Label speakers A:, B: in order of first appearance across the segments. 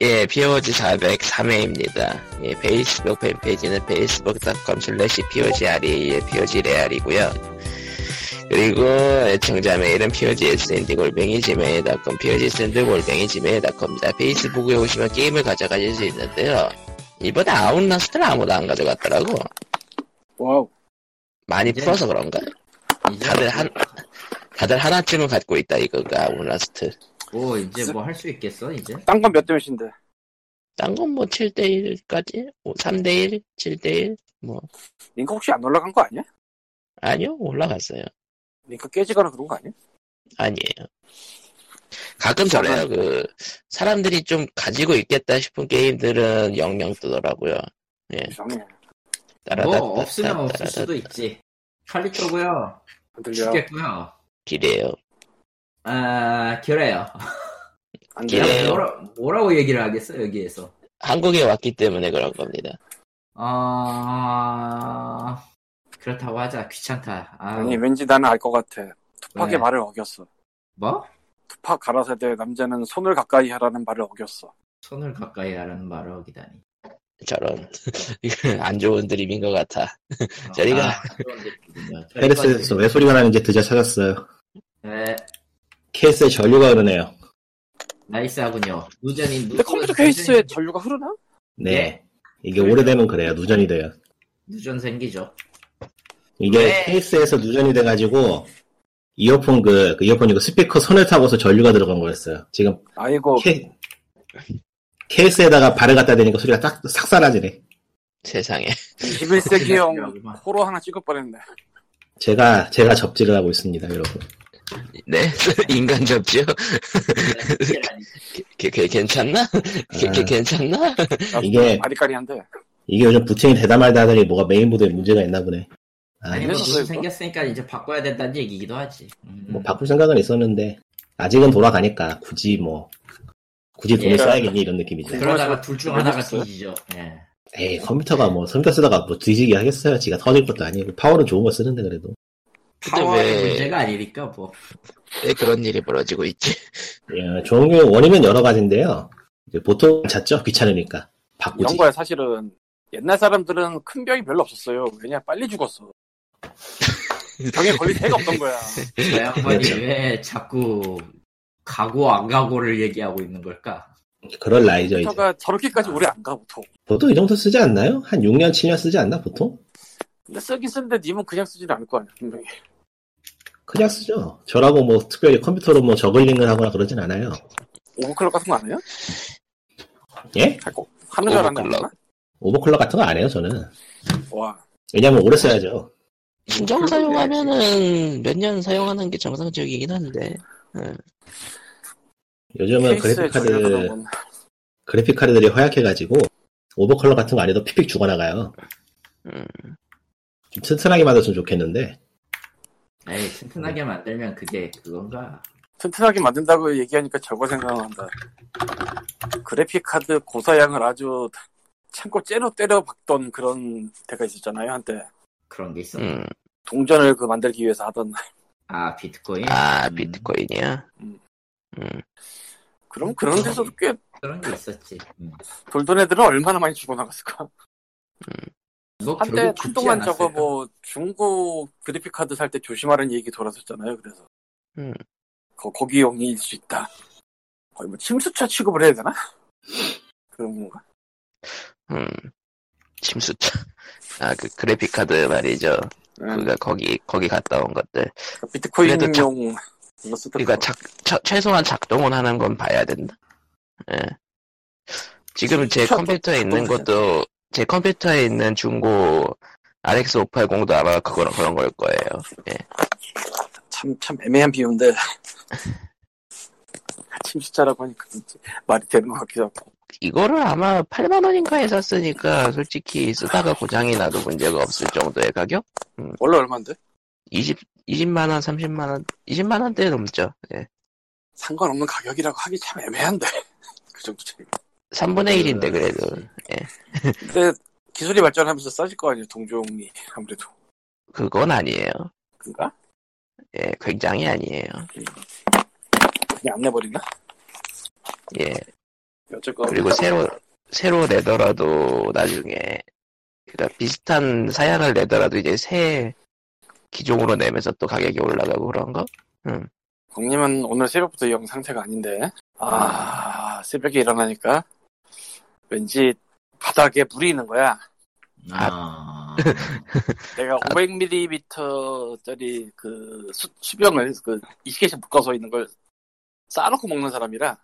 A: 예, POG 403회입니다. 예, 페이스북 팬페이지는 facebook.com slash POGREAL, POGREAL이고요. 예, 그리고 애청자 메일은 POGSND골뱅이 지메일.com, POGSND골뱅이 지메일.com입니다. 페이스북에 오시면 게임을 가져가실 수 있는데요. 이번에 아웃라스트는 아무도 안 가져갔더라고.
B: 와우.
A: 많이
C: 네.
A: 풀어서 그런가?
C: 이제 뭐
A: 다들 한, 다들 하나쯤은 갖고 있다 이거가 아웃라스트.
C: 뭐 이제 뭐 할 수 있겠어 이제?
B: 딴 건 몇 대 몇인데?
A: 딴 건 뭐 7대1까지? 3대1? 7대1? 뭐.
B: 링크 혹시 안 올라간 거 아니야?
A: 아니요, 올라갔어요.
B: 링크 깨지거나 그런 거 아니야?
A: 아니에요. 가끔 저래요. 그, 사람들이 좀 가지고 있겠다 싶은 게임들은 영영 뜨더라고요.
D: 네.
B: 이상해.
C: 뭐
A: 따라다.
C: 없으면 없을 수도 있지. 팔릴 거고요.
B: 안 들려.
C: 죽겠고요.
A: 길이에요.
C: 아 결해요.
B: 안
A: 길에-
B: 들려.
A: 그래요?
D: 예.
C: 뭐라, 뭐라고 얘기를 하겠어 여기에서?
A: 한국에 왔기 때문에 그런 겁니다.
C: 아 그렇다고 하자 귀찮다. 아,
B: 아니, 왠지 나는 알 것 같아. 투팍의
D: 네.
C: 왜?
B: 말을 어겼어.
C: 뭐?
B: 투팍 가라사대 남자는 손을 가까이 하라는 말을 어겼어.
C: 손을 가까이 하라는 말을 하기다니.
A: 저런. 이건 안 좋은 드림인 것 같아. 저리가.
D: 페르스에서 왜 소리가 나는지 드디어 찾았어요.
C: 네
D: 케이스에 전류가 흐르네요.
C: 나이스하군요. 누전인
B: 근데 컴퓨터 케이스에 전류가 흐르나?
D: 네. 이게 오래되면 그래요. 누전이 돼요.
C: 누전 생기죠.
D: 이게
C: 네.
D: 케이스에서 누전이 돼가지고, 이어폰 그, 그 이어폰 이거 스피커 선을 타고서 전류가 들어간 거였어요. 지금
B: 아이고,
D: 케, 케이스에다가 발을 갖다 대니까 소리가 딱, 싹 사라지네.
A: 세상에.
B: 21세기형 포로 하나 찍을 뻔했네.
D: 제가, 제가 접지를 하고 있습니다, 여러분.
A: 네? 인간 접지요? 걔- 걔 괜찮나? 걔- 걔
D: 아.
A: 괜찮나?
D: 이게-
B: 아리까리한데.
D: 이게 요즘 부팅이 되다 말다 하더니 뭐가 메인보드에 문제가 있나 보네. 아,
C: 아니
D: 이거
C: 뭐
B: 그래서
C: 누전
B: 이거?
C: 생겼으니까 이제 바꿔야 된다는 얘기기도 하지. 음.
D: 뭐 바꿀 생각은 있었는데, 아직은 돌아가니까, 굳이 뭐, 굳이 돈을
C: 예.
D: 써야겠니, 이런 느낌이죠.
C: 그러다가 둘 중 하나가
B: 없어요?
C: 뒤지죠. 예.
D: 에이 컴퓨터가 뭐 컴퓨터 쓰다가 뭐 뒤지게 하겠어요 지가 터질 것도 아니고 파워는 좋은 거 쓰는데 그래도
A: 근데
C: 파워의
A: 왜-
C: 문제가 아니니까 뭐.
A: 왜 네, 그런 일이 벌어지고 있지?
D: 예, 좋은 게 원인은 여러 가지인데요 이제 보통 찾죠 귀찮으니까 바꾸지
B: 이런 거야, 사실은. 옛날 사람들은 큰 병이 별로 없었어요. 왜냐, 빨리 죽었어. 병에 걸릴 새가 없던 거야.
C: 저 양반이
D: 그렇죠.
C: 왜 자꾸 가고 안 가고를 얘기하고 있는 걸까?
D: 그럴 나이죠 이제
B: 컴퓨터가 저렇게까지 오래 안 가, 보통.
D: 보통 이 정도 쓰지 않나요? 한 6년 7년 쓰지 않나 보통?
B: 근데 쓰긴 쓰는데 님은 그냥 쓰진 않을 거 아니야, 분명히.
D: 그냥 쓰죠 저라고 뭐 특별히 컴퓨터로 뭐 저글링을 하거나 그러진 않아요
B: 오버클럭 같은 거 안 해요?
D: 예?
B: 하고 하는 줄 알았는데
A: 오버클럭.
B: 안 하나?
D: 오버클럭 같은 거 안 해요 저는
B: 와
D: 왜냐면 오래 써야죠
A: 신정 사용하면은 몇 년 사용하는 게 정상적이긴 한데.
D: 요즘은
B: 케이스에
D: 그래픽카드
B: 전류가
D: 그래픽카드들이 허약해가지고 오버클럭 같은 거 안 해도 픽픽 죽어나가요
A: 음.
D: 좀 튼튼하게 만들었으면 좋겠는데
C: 에이 튼튼하게 만들면 그게 그건가?
B: 튼튼하게 만든다고 얘기하니까 저거 생각난다 그래픽 카드 고사양을 아주 참고 째로 때려 박던 그런 데가 있었잖아요 한때
C: 그런 게 있어.
A: 음.
B: 동전을 그 만들기 위해서 하던
C: 아 비트코인.
A: 아,
C: 음,
A: 비트코인이야?
B: 음.
A: 음.
B: 그럼 그런 데서도 꽤
C: 그런 게 있었지. 음.
B: 돌던 애들은 얼마나 많이 죽어나갔을까
C: 뭐
B: 한때
C: 결국 죽지
B: 한동안 저거
C: 않았을까?
B: 뭐 중고 그래픽 카드 살 때 조심하라는 얘기 돌았었잖아요 그래서
A: 음.
B: 거, 거기용일 수 있다 거의 뭐 침수차 취급을 해야 되나? 그런 건가?
A: 음, 침수차. 아, 그 그래픽 카드 말이죠.
B: 음.
A: 그니까 거기 거기 갔다 온 것들. 그래도 작-
B: 예. 그러니까 비트코인용 이거 쓰던
A: 그러니까
B: 거.
A: 작 처- 최소한 작동을 하는 건 봐야 된다. 예. 지금 제
B: 차-
A: 컴퓨터에 있는
B: 작동을
A: 것도 제 컴퓨터에 있는 중고 RX 580도 아마 그거 그런 걸 거예요.
B: 참, 참 애매한 비유인데 아, 침수차라고 하니까 진짜 말이 되는 것 같기도 하고
A: 이거를 아마 8만 원인가에 샀으니까 솔직히 쓰다가 고장이 나도 문제가 없을 정도의 가격?
B: 원래 얼마인데?
A: 20 20만 원, 30만 원, 20만 원대 넘죠. 예.
B: 상관없는 가격이라고 하기 참 애매한데 그 정도 차이
A: 3분의 1인데
B: 네,
A: 그래도
B: 근데 기술이 발전하면서 싸질 거 아니에요 동종이 아무래도 그러니까
A: 그건 아니에요.
B: 그니까
A: 예, 굉장히 아니에요.
B: 그냥 안 내버리나?
A: 예.
B: 어쨌건
A: 그리고 새로 새로 내더라도 나중에 그러니까 비슷한 사양을 내더라도 이제 새 기종으로 내면서 또 가격이 올라가고 그런 거?
B: 광님은 오늘 새벽부터 영 상태가 아닌데 아 새벽에 일어나니까 왠지 바닥에 물이 있는 거야.
C: 아,
A: 아.
B: 내가 500ml짜리 그 수, 수병을 그 20개씩 묶어서 있는 걸 싸놓고 먹는 사람이라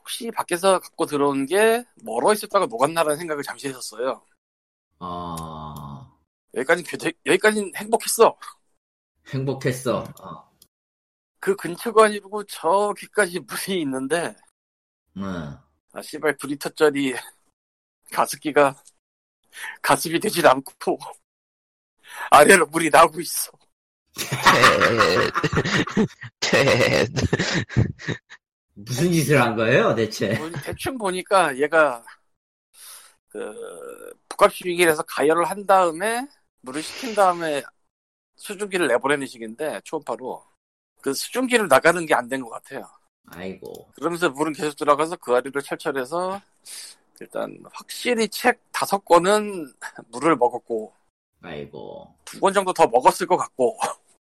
B: 혹시 밖에서 갖고 들어온 게 멀어 있었다가 녹았나라는 생각을 잠시 했었어요.
C: 아,
B: 여기까지 여기까지 행복했어.
C: 행복했어. 어,
B: 그 근처가 아니고 저기까지 물이 있는데
C: 응.
B: 아 씨발 브리터짜리 가습기가 가습이 되질 않고 아래로 물이 나오고 있어.
A: 퇴. 퇴.
C: 무슨 짓을 한 거예요, 대체?
B: 보니- 뭐, 대충 보니까 얘가 그 복합식이라서 가열을 한 다음에 물을 식힌 다음에 수증기를 내보내는 식인데 초음파로 그 수증기를 나가는 게 안 된 것 같아요.
C: 아이고,
B: 그러면서 물은 계속 들어가서 그 아래를 철철해서 일단 확실히 책 다섯 권은 물을 먹었고
C: 아이고,
B: 두 권 정도 더 먹었을 것 같고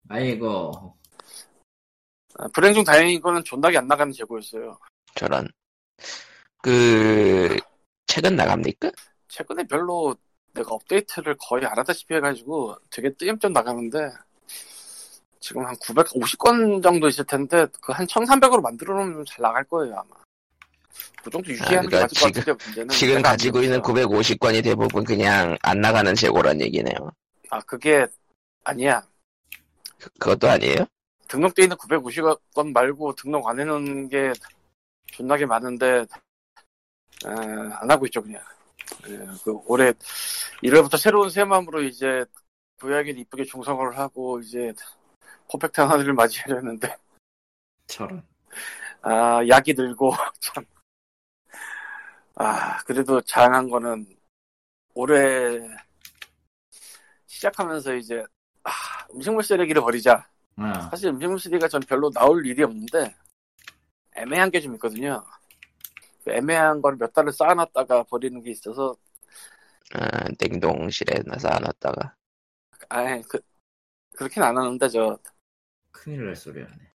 C: 아이고.
B: 아, 불행 중 다행인 거는 존나게 안 나가는 재고였어요.
A: 저런. 그 책은
B: 네,
A: 나갑니까?
B: 최근에 별로 내가 업데이트를 거의 안 하다시피 해가지고 되게 띄엄띄엄 나가는데 지금 한 950권 정도 있을 텐데 그 한 1300으로 만들어 놓으면 잘 나갈 거예요 아마 그 정도 유지하는 게
A: 그러니까
B: 맞을 것
A: 지금-
B: 같은데 문제는
A: 지금
B: 내가 안
A: 가지고
B: 해봤어요.
A: 있는 950권이 대부분 그냥 안 나가는 재고란 얘기네요.
B: 아 그게 아니야
A: 그, 그것도 아니에요?
B: 등록돼 있는 950권 말고 등록 안 해놓은 게 존나게 많은데 에, 안 하고 있죠 그냥 예, 그 올해 1월부터 새로운 새마음으로 이제 도약을 이쁘게 중성화를 하고 이제 퍼펙트한 하늘을 맞이하려는데
C: 저런.
B: 아 약이 늘고 참. 아 그래도 장한 거는 올해 시작하면서 이제 아, 음식물 쓰레기를 버리자
C: 응.
B: 사실 음식물 쓰레기가 전 별로 나올 일이 없는데 애매한 게 좀 있거든요. 그 애매한 걸 몇 달을 쌓아놨다가 버리는 게 있어서
A: 아, 냉동실에 나서 안 왔다가.
B: 아예 그 그렇긴 안 하는데 저
C: 큰일 날 소리였네.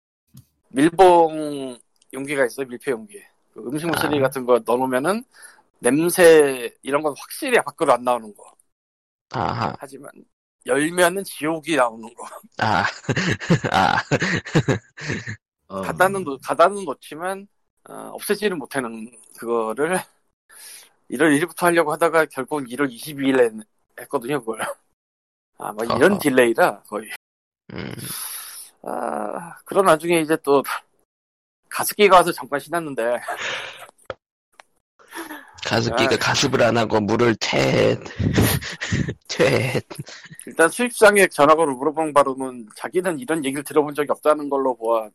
B: 밀봉 용기가 있어요 밀폐 용기. 그 음식물 쓰레기
A: 아.
B: 같은 거 넣어놓으면은 냄새 이런 건 확실히 밖으로 안 나오는 거.
A: 아하,
B: 하지만 열면은 지옥이 나오는 거.
A: 아, 아,
C: 어.
B: 가다는 놓- 가다는 놓지만 어, 없애지는 못하는 그거를 1월 1일부터 하려고 하다가 결국은 1월 22일에 했거든요 그걸 아뭐 이런
A: 아하.
B: 딜레이라 거의
A: 음,
B: 아 그런 와중에 이제 또 가습기가 와서 잠깐 신났는데
A: 가습기가
B: 아.
A: 가습을 안 하고 물을 퇴, 퇴,
B: 일단 수입상에 전화로 물어본 바로는 자기는 이런 얘기를 들어본 적이 없다는 걸로 보아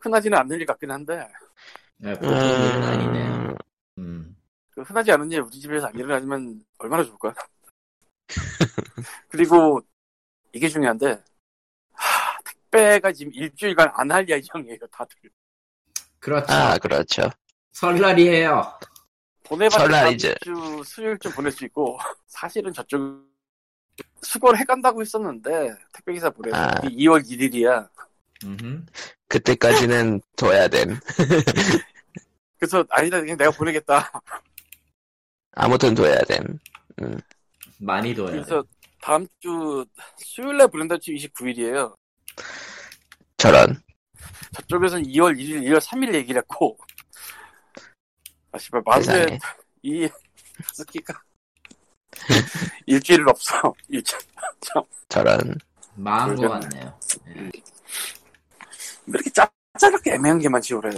B: 흔하지는 않는 일 같긴 한데
C: 네, 보통 일은 아니네.
A: 음,
C: 음.
B: 그 흔하지 않은 일 우리 집에서 안 일어나면 얼마나 좋을까? 그리고 이게 중요한데 하, 택배가 지금 일주일간 안 할 예정이에요 다들
C: 그렇죠.
A: 아, 그렇죠.
C: 설날이에요.
B: 보내받은
A: 설날
B: 다음
A: 이제.
B: 주 수요일쯤 보낼 수 있고 사실은 저쪽 수거를 해간다고 했었는데 택배기사 보내서
A: 아.
B: 이게 2월 1일이야
C: 음흠.
A: 그때까지는 둬야 됨.
B: 그래서 아니다 그냥 내가 보내겠다
A: 아무튼 둬야 됨.
C: 많이
A: 네.
C: 둬야 돼.
B: 그래서 다음 주 수요일날 보낸다 주 29일이에요
A: 저런.
B: 저쪽에서는 2월 1일, 2월 3일 얘기를 했고, 아, 씨발, 만세,
A: 세상에.
B: 이, 스키가. 일주일은 없어. 일주일. 참,
A: 저런.
C: 망한 것
B: 모르겠네.
C: 같네요.
B: 왜 이렇게 짜짜하게 애매한 게만 지우래.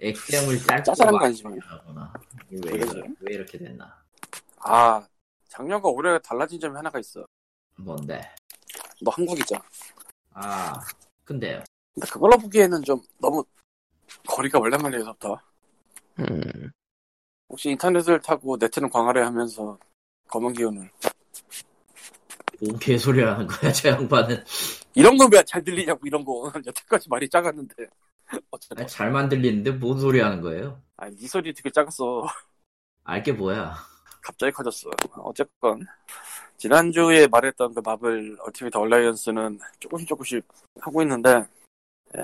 C: 액땜을 짧고
B: 짜잘한 거 아니지만. 뭐.
C: 구나 왜,
B: 그러죠.
C: 이래- 왜 이렇게 됐나?
B: 아, 작년과 올해 달라진 점이 하나가 있어.
C: 뭔데?
B: 너 한국이잖아.
C: 아, 근데요.
B: 근데 그걸로 보기에는 좀 너무 거리가 원래 말이에서부터.
A: 음,
B: 혹시 인터넷을 타고 네트는 광활해 하면서 검은 기운을.
C: 뭔 개소리 하는 거야, 저 양반은.
B: 이런 건 왜 잘 들리냐고, 이런 거. 여태까지 말이 작았는데. 어쨌든
C: 아니, 잘 만들리는데 뭔 소리 하는 거예요?
B: 아니 네 소리 되게 작았어
C: 알게 뭐야.
B: 갑자기 커졌어 어쨌건 지난주에 말했던 그 마블 얼티밋 얼라이언스는 조금씩 조금씩 하고 있는데 에,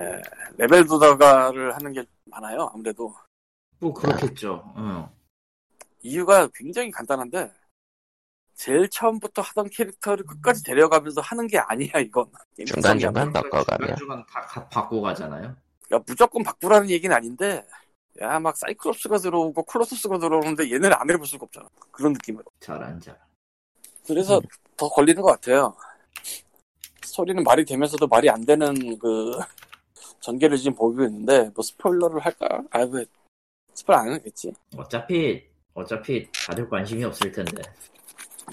B: 레벨 도다가를 하는 게 많아요 아무래도
C: 뭐 그렇겠죠. 응.
B: 이유가 굉장히 간단한데 제일 처음부터 하던 캐릭터를 끝까지 데려가면서 하는 게 아니야 이건
A: 중간중간 바꿔가며
C: 중간중간 다 가- 바꿔가잖아요.
B: 그러니까 무조건 바꾸라는 얘기는 아닌데 야 막 사이클롭스가 들어오고 콜로소스가 들어오는데 얘네를 안 해볼 수가 없잖아 그런 느낌으로
C: 잘안 잘.
B: 그래서 더 걸리는 것 같아요 소리는 말이 되면서도 말이 안 되는 그 전개를 지금 보이고 있는데 뭐 스포일러를 할까? 아왜 스포일 안 하겠지
C: 어차피 어차피 다들 관심이 없을 텐데.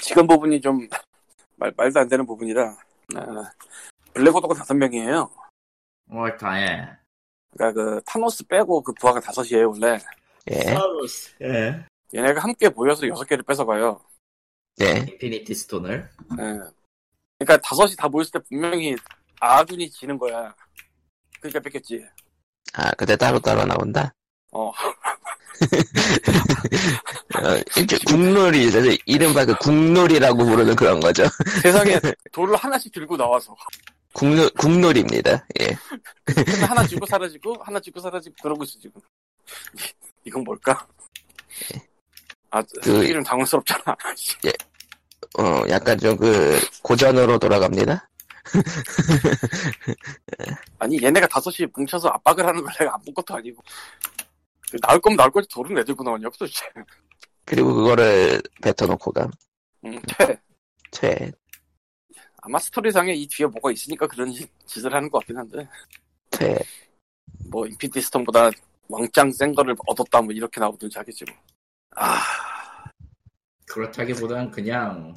B: 지금 부분이 좀 말, 말도 안 되는 부분이라 아, 블랙오더가 다섯 명이에요
C: 뭘 어, 다해.
B: 그러니까 그 타노스 빼고 그 부하가 다섯이에요 원래
A: 예,
C: 사우스. 예.
B: 얘네가 함께 모여서 여섯 개를 뺏어가요
A: 네.
C: 인피니티 스톤을.
B: 예. 그러니까 다섯이 다 모였을 때 분명히 아군이 지는 거야 그러니까 뺏겼지
A: 아, 근데 따로따로 나온다?
B: 어.
A: 어, 일종 국놀이, 그래서 이른바 그 국놀이라고 부르는 그런 거죠.
B: 세상에 돌을 하나씩 들고 나와서
A: 국놀, 국놀입니다. 예.
B: 맨날 하나 쥐고 사라지고 하나 쥐고 사라지고 그러고 있어 지금 이건 뭘까? 아
A: 그-
B: 이름 당황스럽잖아
A: 어, 약간 좀 그 고전으로 돌아갑니다.
B: 아니 얘네가 다섯이 뭉쳐서 압박을 하는 걸 내가 안 본 것도 아니고 그 나올 거면 나올 거지 돌은 왜 들고 나왔냐고 도대체
A: 그리고 그거를 뱉어놓고 감.
B: 음, 퇴.
A: 최.
B: 아마 스토리상에 이 뒤에 뭐가 있으니까 그런 짓- 짓을 하는 것 같긴 한데
A: 퇴.
B: 뭐 인피니티 스톤보다 왕짱 센 거를 얻었다 뭐 이렇게 나오든지 하겠지 뭐. 아
C: 그렇다기보단 그냥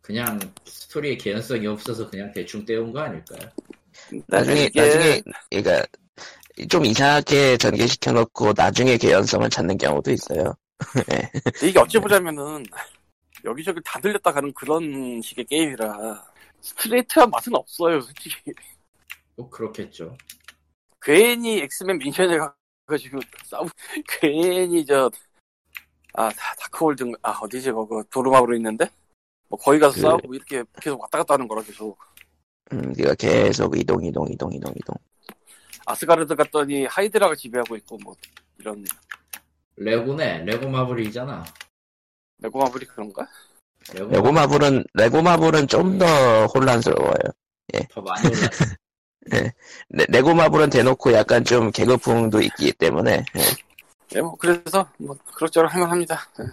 C: 그냥 스토리의 개연성이 없어서 그냥 대충 때운 거 아닐까요?
B: 근데
A: 나중에,
B: 이게
A: 나중에, 그러니까, 좀 이상하게 전개시켜놓고 나중에 개연성을 찾는 경우도 있어요.
B: 이게 어찌 보자면은 여기저기 다 들렸다 가는 그런 식의 게임이라 스트레이트한 맛은 없어요 솔직히
C: 뭐 그렇겠죠.
B: 괜히 엑스맨 민션에 가가지고 싸우 괜히 저아 다크홀든 아 어디지 그거 도르마으로 있는데 뭐 거기 가서
A: 그-
B: 싸우고 이렇게 계속 왔다 갔다 하는 거라 계속
A: 음, 그러니까 계속 이동, 이동, 이동, 이동, 이동.
B: 아스가르드 갔더니 하이드라가 지배하고 있고 뭐 이런
C: 레고네 레고 마블이잖아.
B: 레고마블이 그런가?
C: 레고
A: 레고 마블은, 레고 마블은 좀 더 혼란스러워요.
C: 더 많이 올라.
A: 레, 레고 마블은 대놓고 약간 좀 개그풍도 있기 때문에, 예.
B: 네, 뭐 그래서 뭐 그럭저럭 할만합니다. 예.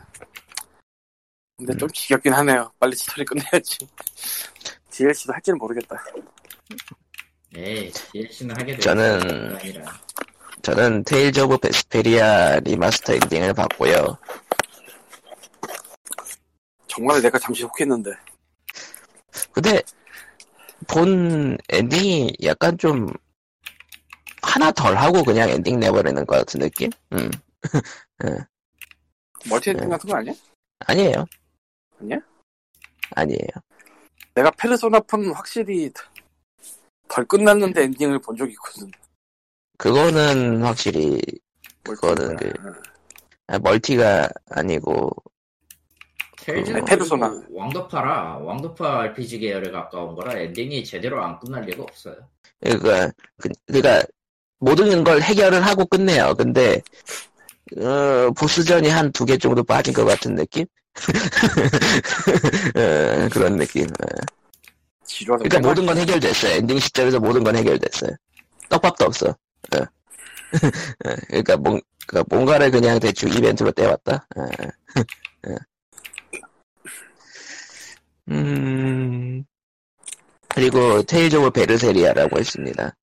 B: 근데 좀 지겹긴 하네요. 빨리 스토리 끝내야지. DLC도 할지는 모르겠다.
C: 에이 DLC는 하게 될
A: 저는-
C: 거 아니라.
A: 저는 테일즈 오브 베스페리아 리마스터 엔딩을 봤고요.
B: 정말 내가 잠시 혹했는데
A: 근데 본 엔딩이 약간 좀 하나 덜 하고 그냥 엔딩 내버리는 것 같은 느낌? 음 네.
B: 멀티엔딩 같은 거 아니야?
A: 아니에요.
B: 아니야?
A: 아니에요.
B: 내가 페르소나 폰 확실히 덜 끝났는데 엔딩을 본 적이 있거든.
A: 그거는 확실히 그거는 그
B: 멀티엔딩이구나.
A: 아, 멀티가 아니고 그
C: 텔즈
A: 아니,
B: 페르소나.
C: 왕도파라 왕도파 RPG 계열에 가까운 거라 엔딩이 제대로 안 끝날 리가 없어요.
A: 그러니까 그, 그러니까 모든 걸 해결을 하고 끝내요. 근데 어, 보스전이 한 두 개 정도 빠진 것 같은 느낌? 어, 그런 느낌. 어.
B: 지루하다.
A: 그러니까 모든 건 해결됐어요. 엔딩 시점에서 모든 건 해결됐어요. 떡밥도 없어. 어. 어, 그러니까 뭔, 그러니까 뭔가를 그냥 대충 이벤트로 때웠다. 어. 어. 음. 그리고 테일즈 오브 베르세리아라고 있습니다.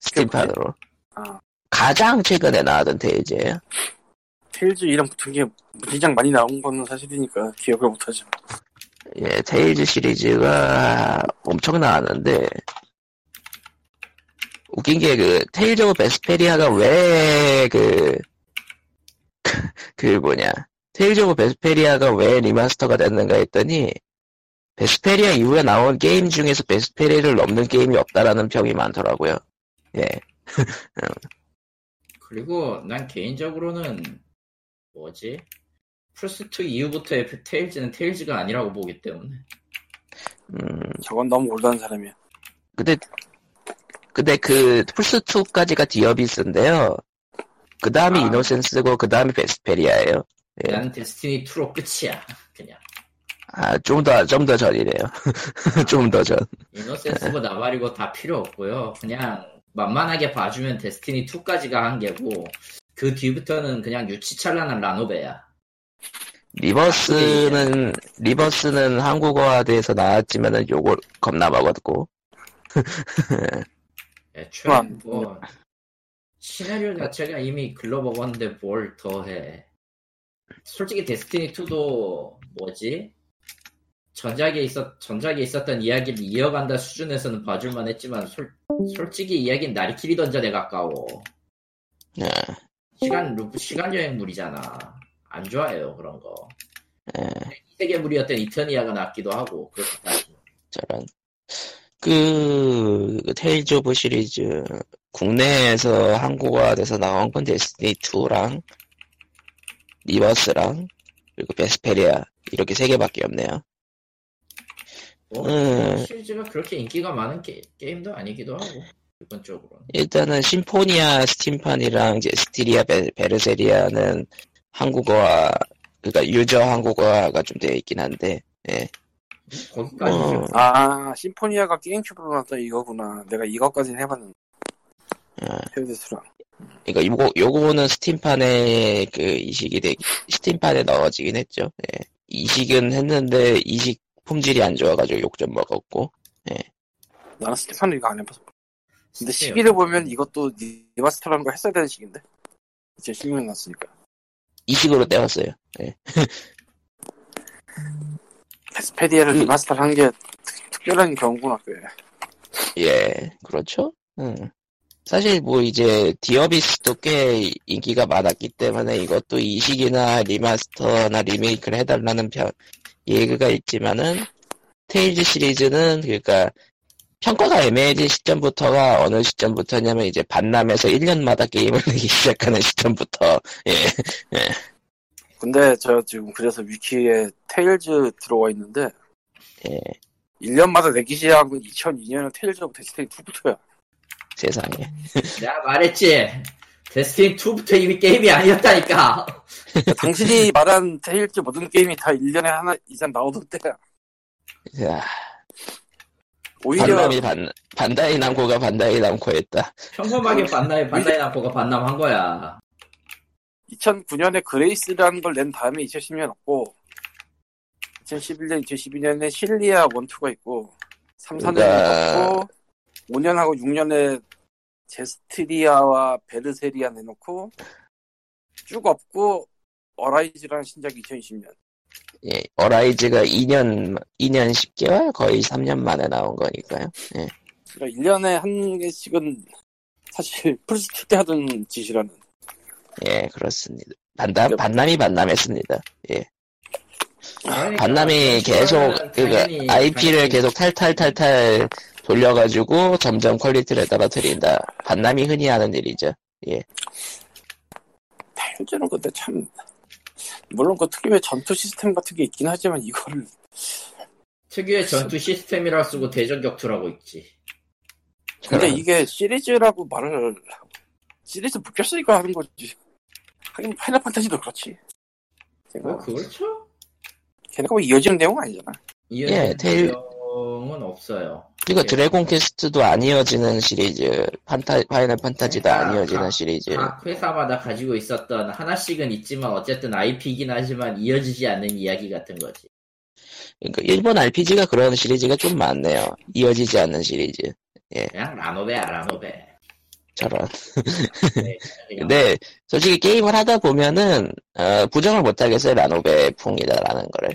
A: 스팀판으로.
B: 아.
A: 가장 최근에 나왔던 테일즈예요.
B: 테일즈 이랑 붙은 게 무진장 많이 나온 거는 사실이니까 기억을 못하지.
A: 예, 테일즈 시리즈가 엄청 나왔는데, 웃긴 게 그, 테일즈 오브 베스페리아가 왜 그, 그 뭐냐, 테일즈 오브 베스페리아가 왜 리마스터가 됐는가 했더니, 베스페리아 이후에 나온 게임 중에서 베스페리아를 넘는 게임이 없다라는 평이 많더라고요. 예.
C: 그리고 난 개인적으로는 뭐지? 플스2 이후부터의 테일즈는 테일즈가 아니라고 보기 때문에
A: 음,
B: 저건 너무 올드한 사람이야.
A: 근데 근데 그 플스 2까지가 디어비스인데요. 그 다음이
C: 아.
A: 이노센스고 그 다음이 베스페리아예요. 예.
C: 나는 데스티니 2로 끝이야 그냥
A: 아좀 더 좀 더 전이래요. 좀 더 전.
C: 이노센스고 나발이고 다 필요 없고요 그냥 만만하게 봐주면 데스티니 2까지가 한계고 그 뒤부터는 그냥 유치찬란한 라노베야
A: 리버스는 리버스는 한국어화돼서 나왔지만은 요걸 겁나 먹었고
C: 애초에
B: 안
C: 뭐 시나리오 자체가 이미 글러먹었는데 뭘 더해 솔직히 데스티니 2도 뭐지 전작에 있었 전작에 있었던 이야기를 이어간다 수준에서는 봐줄만 했지만 솔, 솔직히 이야기는 나리키리 던전에 가까워
A: 예.
C: 시간 루프 시간 여행물이잖아 안 좋아해요 그런 거
A: 예.
C: 세계물이었던 이터니아가 낫기도 하고 그렇게 따지면
A: 저런 그 테일즈 오브 시리즈 국내에서 한국어화돼서 나온 건 데스티니 2랑 리버스랑 그리고 베스페리아 이렇게 세 개밖에 없네요.
C: 뭐
A: 음.
C: 시리즈가 그렇게 인기가 많은 게, 게임도 아니기도 하고 기본적으로는
A: 일단은 심포니아 스팀판이랑 이제 스티리아 베, 르세리아는 한국어화 그러니까 유저 한국어화가 좀 되어 있긴 한데
C: 거기까지
A: 어.
B: 아, 심포니아가 게임큐브로 나왔던 이거구나. 내가 이것까지는 해봤는데.
A: 아.
B: 헤르디스랑.
A: 그러니까 요거 요거는 스팀판에 그 이식이 되 스팀판에 넣어지긴 했죠. 예. 이식은 했는데 이식 품질이 안 좋아가지고 욕 좀 먹었고
B: 나는 스테판을 이거 안 해봤어. 근데
C: 스테요.
B: 시기를 보면 이것도 리마스터라는 걸 했어야 되는 시기인데. 이제 16년 났으니까.
A: 이식으로 때웠어요.
B: 베스페디아를
A: 음.
B: 리마스터를 한 게 특별한 경우구나, 꽤.
A: 예, 그렇죠. 음. 사실 뭐 이제 디어비스도 꽤 인기가 많았기 때문에 이것도 이식이나 리마스터나 리메이크를 해달라는 편 예그가 있지만은 테일즈 시리즈는 그러니까 평가가 애매해진 시점부터가 어느 시점부터냐면 이제 반남에서 1년마다 게임을 내기 시작하는 시점부터 예,
B: 근데 저 지금 그래서 위키에 테일즈 들어와 있는데.
A: 예.
B: 1년마다 내기 시작한 건 2002년은 테일즈하고 데스테이 2부터야.
A: 세상에
C: 내가 말했지. 데스티니 2부터 이미 게임이 아니었다니까.
B: 그러니까 당신이 말한 테일즈 모든 게임이 다 1년에 하나 이상 나오던데.
A: 야,
B: 오히려
A: 반남이 반 반다이 남코가 반다이 남코였다.
C: 평범하게 반나이 반나이 나포가 반남한 거야.
B: 2009년에 그레이스라는 걸 낸 다음에 2010년 없고 2011년, 2012년에 실리아 원투가 있고 3, 4년에
A: 그러니까-
B: 없고 5년하고 6년에 제스트리아와 베르세리아 내놓고 쭉 없고 어라이즈라는 신작이 2020년
A: 예, 어라이즈가 2년 2년 10개월 거의 3년 만에 나온 거니까요.
B: 그러니까 1년에 한 개씩은 사실 플스2 때 하던 짓이라는
A: 예, 그렇습니다. 반남,
B: 네.
A: 반남이 반남했습니다.
C: 그러니까
A: 반남이 계속, 그니까,
C: 당연히-
A: IP를
C: 당연히
A: 계속 탈탈탈탈 돌려가지고 점점 퀄리티를 떨어뜨린다. 반남이 흔히 하는 일이죠.
B: 테일즈는 근데 참 물론 그 특유의 전투 시스템 같은 게 있긴 하지만 이거를
C: 특유의 전투 시스템이라 쓰고 대전 격투라고 있지.
B: 근데
C: 그러니까
A: 저는
B: 이게 시리즈라고 말을 시리즈 묶였으니까 하는 거지. 하긴 파이널 판타지도 그렇지.
C: 뭐
B: 걔네가
C: 그렇죠?
B: 걔네가 뭐 이어지는 내용은 아니잖아.
C: 이은
A: 예, 테일-
C: 은 없어요.
A: 그리고
C: 예.
A: 드래곤 퀘스트도 안 이어지는 시리즈, 판타, 파이널 판타지도
C: 아,
A: 안 이어지는 시리즈.
C: 각 회사마다 가지고 있었던 하나씩은 있지만 어쨌든 IP이긴 하지만 이어지지 않는 이야기 같은 거지.
A: 그러니까 일본 RPG가 그런 시리즈가 좀 많네요. 이어지지 않는 시리즈.
C: 그냥 라노베야 라노베.
A: 저런.
C: 그냥
A: 근데 네. 솔직히 게임을 하다 보면은 어, 부정을 못 하겠어요 라노베 풍이다라는 거를.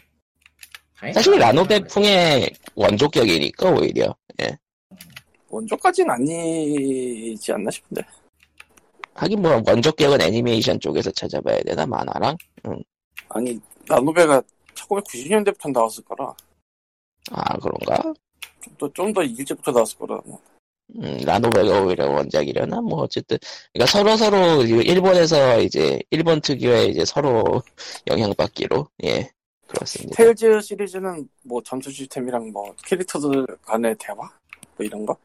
C: 당연히
A: 사실 라노베
C: 라노베.
A: 풍의 원조격이니까 오히려
B: 원조까지는 아니지 않나 싶은데.
A: 하긴 뭐 원조격은 애니메이션 쪽에서 찾아봐야 되나 만화랑
B: 아니 라노베가 1990년대부터 나왔을 거라
A: 아 그런가
B: 또 좀 더 일찍부터 나왔을 거라. 뭐.
A: 음, 라노베가 오히려 원작이려나? 뭐, 어쨌든. 그러니까 서로서로, 일본에서 이제, 일본 특유의 이제 서로 영향받기로, 예. 그렇습니다.
B: 테일즈 시리즈는 뭐 전투 시스템이랑 뭐 캐릭터들 간의 대화 뭐 이런 거.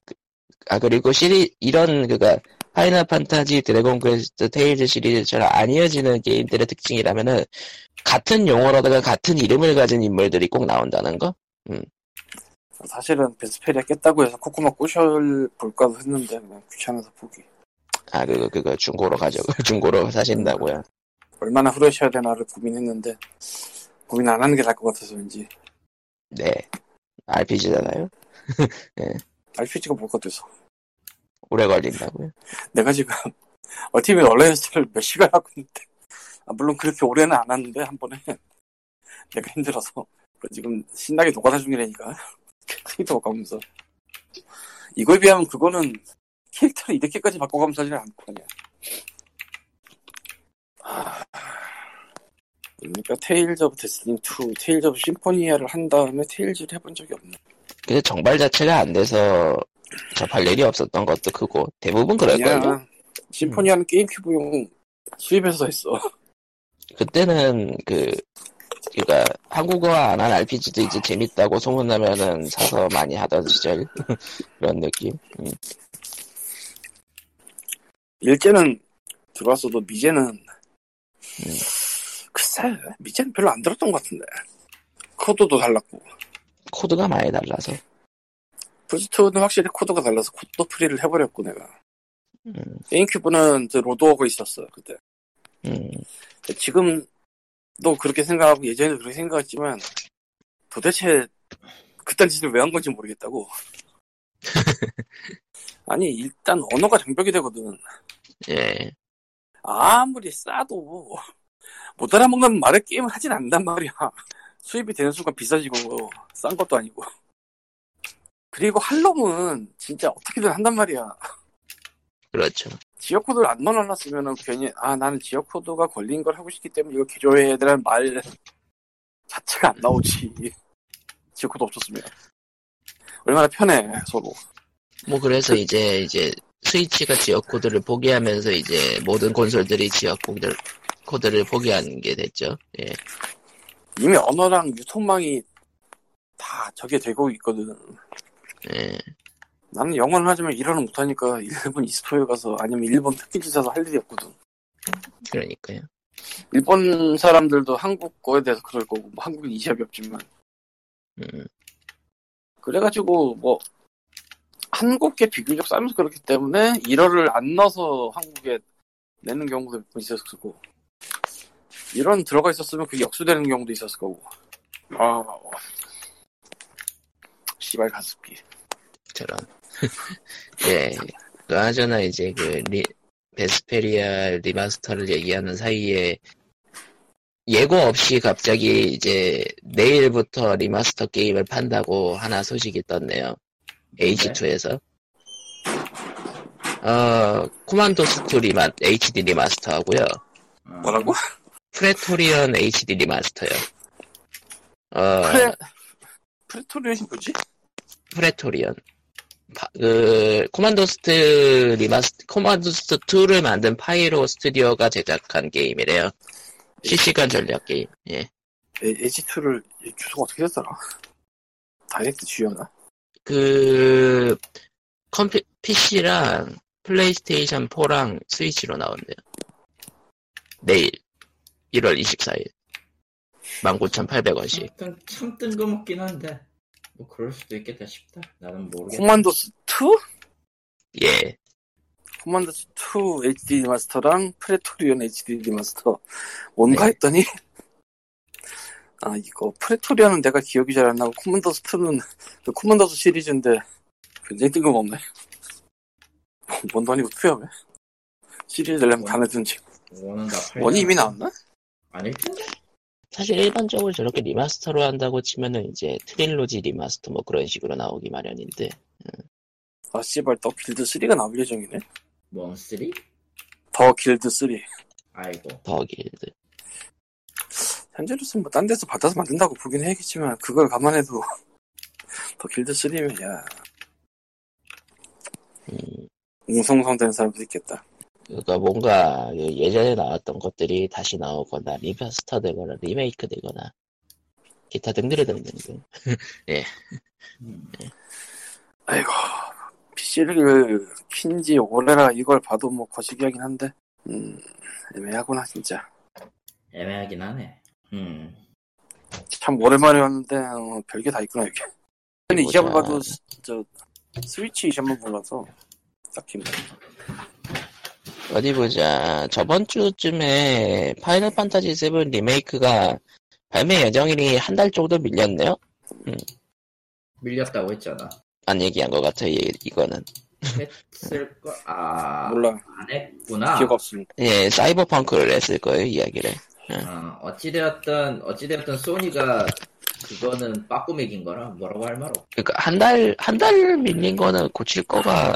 A: 아, 그리고 시리, 이런, 그니까, 파이널 판타지, 드래곤 퀘스트, 테일즈 시리즈처럼 안 이어지는 게임들의 특징이라면은, 같은 용어라든가 같은 이름을 가진 인물들이 꼭 나온다는 거?
B: 사실은 베스페리아 깼다고 해서 코코마 꼬셔 볼까도 했는데 그냥 귀찮아서 포기.
A: 아, 그거, 그거 중고로 가져가, 중고로 사신다고요.
B: 얼마나 후려셔야 되나를 고민했는데 고민 안 하는 게 나을 것 같아서 왠지
A: 네. RPG잖아요?
B: RPG가 뭐가 돼서
A: 오래 걸린다고요?
B: 내가 지금 어티비 온라인 스타를 몇 시간 하고 있는데 아, 물론 그렇게 오래는 안 하는데 한 번에 내가 힘들어서 지금 신나게 노가다 중이라니까 캐릭터 바꿔가면서 이거에 비하면 그거는 캐릭터를 이렇게까지 바꿔가면서 하지는 않고 그냥 아, 그러니까 테일즈 오브 데스티니 2, 테일즈 오브 심포니아를 한 다음에 테일즈를 해본 적이 없네
A: 근데 정발 자체가 안 돼서 접할 일이 없었던 것도 크고, 대부분 그럴걸요?
B: 그냥 심포니아는 게임큐브용 수입해서 했어
A: 그때는 그 그니까 한국어화 안 한 RPG도 이제 재밌다고 소문나면은 사서 많이 하던 시절 그런 느낌. 음.
B: 일제는 들어왔어도 미제는 글쎄 미제는 별로 안 들었던 것 같은데 코드도 달랐고
A: 코드가 많이 달라서.
B: 플스2는 확실히 코드가 달라서 코드 프리를 해버렸고 내가
A: 음,
B: 게임큐브는 저 로드워크 있었어 그때
A: 음.
B: 지금도 그렇게 생각하고 예전에도 그렇게 생각했지만 도대체 그딴 짓을 왜 한 건지 모르겠다고 아니 일단 언어가 장벽이 되거든
A: 예.
B: 아무리 싸도 못 알아먹는 말에 게임을 하진 않단 말이야. 수입이 되는 순간 비싸지고 싼 것도 아니고. 그리고 할놈은 진짜 어떻게든 한단 말이야.
A: 그렇죠.
B: 지역 코드를 안 넣어놨으면 괜히 아 나는 지역 코드가 걸린 걸 하고 싶기 때문에 이거 개조해야 되는 말 자체가 안 나오지. 지역 코드 없었으면 얼마나 편해 서로.
A: 뭐 그래서 이제 이제 스위치가 지역 코드를 포기하면서 이제 모든 콘솔들이 지역 코드를 코드를 포기하는 게 됐죠. 예.
B: 이미 언어랑 유통망이 다 저게 되고 있거든.
A: 예.
B: 나는 영어는 하지만 일어는 못하니까 일본 이스토에 가서 아니면 일본 특기지사서 할 일이 없거든.
A: 그러니까요.
B: 일본 사람들도 한국 거에 대해서 그럴 거고 뭐 한국은 이시합이 없지만
A: 음.
B: 그래가지고 뭐 한국게 비교적 싸면서 그렇기 때문에 일어를 안 넣어서 한국에 내는 경우도 몇 번 있었을 거고 이런 들어가 있었으면 그게 역수되는 경우도 있었을 거고 아 씨발 가습기
A: 처럼. 예. 그나저나 이제 그 리, 베스페리아 리마스터를 얘기하는 사이에 예고 없이 갑자기 이제 내일부터 리마스터 게임을 판다고 하나 소식이 떴네요. H2에서. 어, 코만도 스투 리마, HD 리마스터 하고요.
C: 어,
B: 뭐라고?
A: 프레토리언 HD 리마스터요. 어,
B: 프레 프레토리언이 뭐지?
A: 프레토리언. 파- 그 코만도스트 리마스트 코만도스트 2를 만든 파이로 스튜디오가 제작한 게임이래요. 실시간 전략 게임. 예.
B: 에지2를 주소가 어떻게 됐더라? 다이렉트 주요나?
A: 그 컴퓨 PC랑 플레이스테이션 4랑 스위치로 나온대요. 내일 1월 24일 19,800원씩.
C: 아무튼 참 뜬금없긴 한데 뭐 그럴 수도 있겠다 싶다. 나는
A: 음.
C: 모르겠.
B: 코만도스 2?
A: 예.
B: 코만도스 2 HD 리마스터랑 프레토리언 HD 리마스터 뭔가
A: 네.
B: 했더니 아 이거 프레토리언은 내가 기억이 잘 안 나고 코만도스 2는 그 코만도스 시리즈인데 굉장히 뜬금없네. 뭔도 아니고 2야 왜? 시리즈 되려면
C: 원.
B: 간에 든지
C: 원은 다 팔려.
B: 원이 이미 나왔나?
C: 아닐 텐데.
A: 사실 일반적으로 저렇게 리마스터로 한다고 치면은 이제 트릴로지 리마스터 뭐 그런 식으로 나오기 마련인데.
B: 아 씨발 더 길드 3가 나올 예정이네.
C: 뭔 쓰리?
B: 더 길드 3.
C: 아이고.
A: 더 길드.
B: 현재로서는 뭐딴 데서 받아서 만든다고 보긴 해야겠지만 그걸 감안해도 더 길드 쓰리면 야 웅성성된 사람도 있겠다.
A: 그러니까 뭔가 예전에 나왔던 것들이 다시 나오거나 리마스터 되거나 리메이크 되거나 기타 등등이 등등
C: 음.
B: 아이고, PC를 킨지 오래라 이걸 봐도 뭐 거시기하긴 한데, 음, 애매하구나, 진짜.
C: 애매하긴 하네. 음.
B: 참 오랜만에 왔는데, 어, 별게 다 있구나, 이게. 근데 이 잡을 봐도, 스- 저, 스위치 이 잡만 몰라서, 딱히 뭐.
A: 어디 보자 저번 주쯤에 파이널 판타지 7 리메이크가 발매 예정일이 한 달 정도 밀렸네요
C: 밀렸다고 했잖아.
A: 안 얘기한 것 같아요 이- 이거는
C: 했을 거, 아.
B: 몰라,
C: 안 했구나.
B: 기억 없음.
A: 예 사이버펑크를 했을 거예요 이야기를
C: 어, 어찌되었든, 어찌되었든 소니가 그거는 빠꾸맥인 거라 뭐라고 할 말 없고.
A: 그러니까 한 달 한 달 밀린 거는 고칠 거가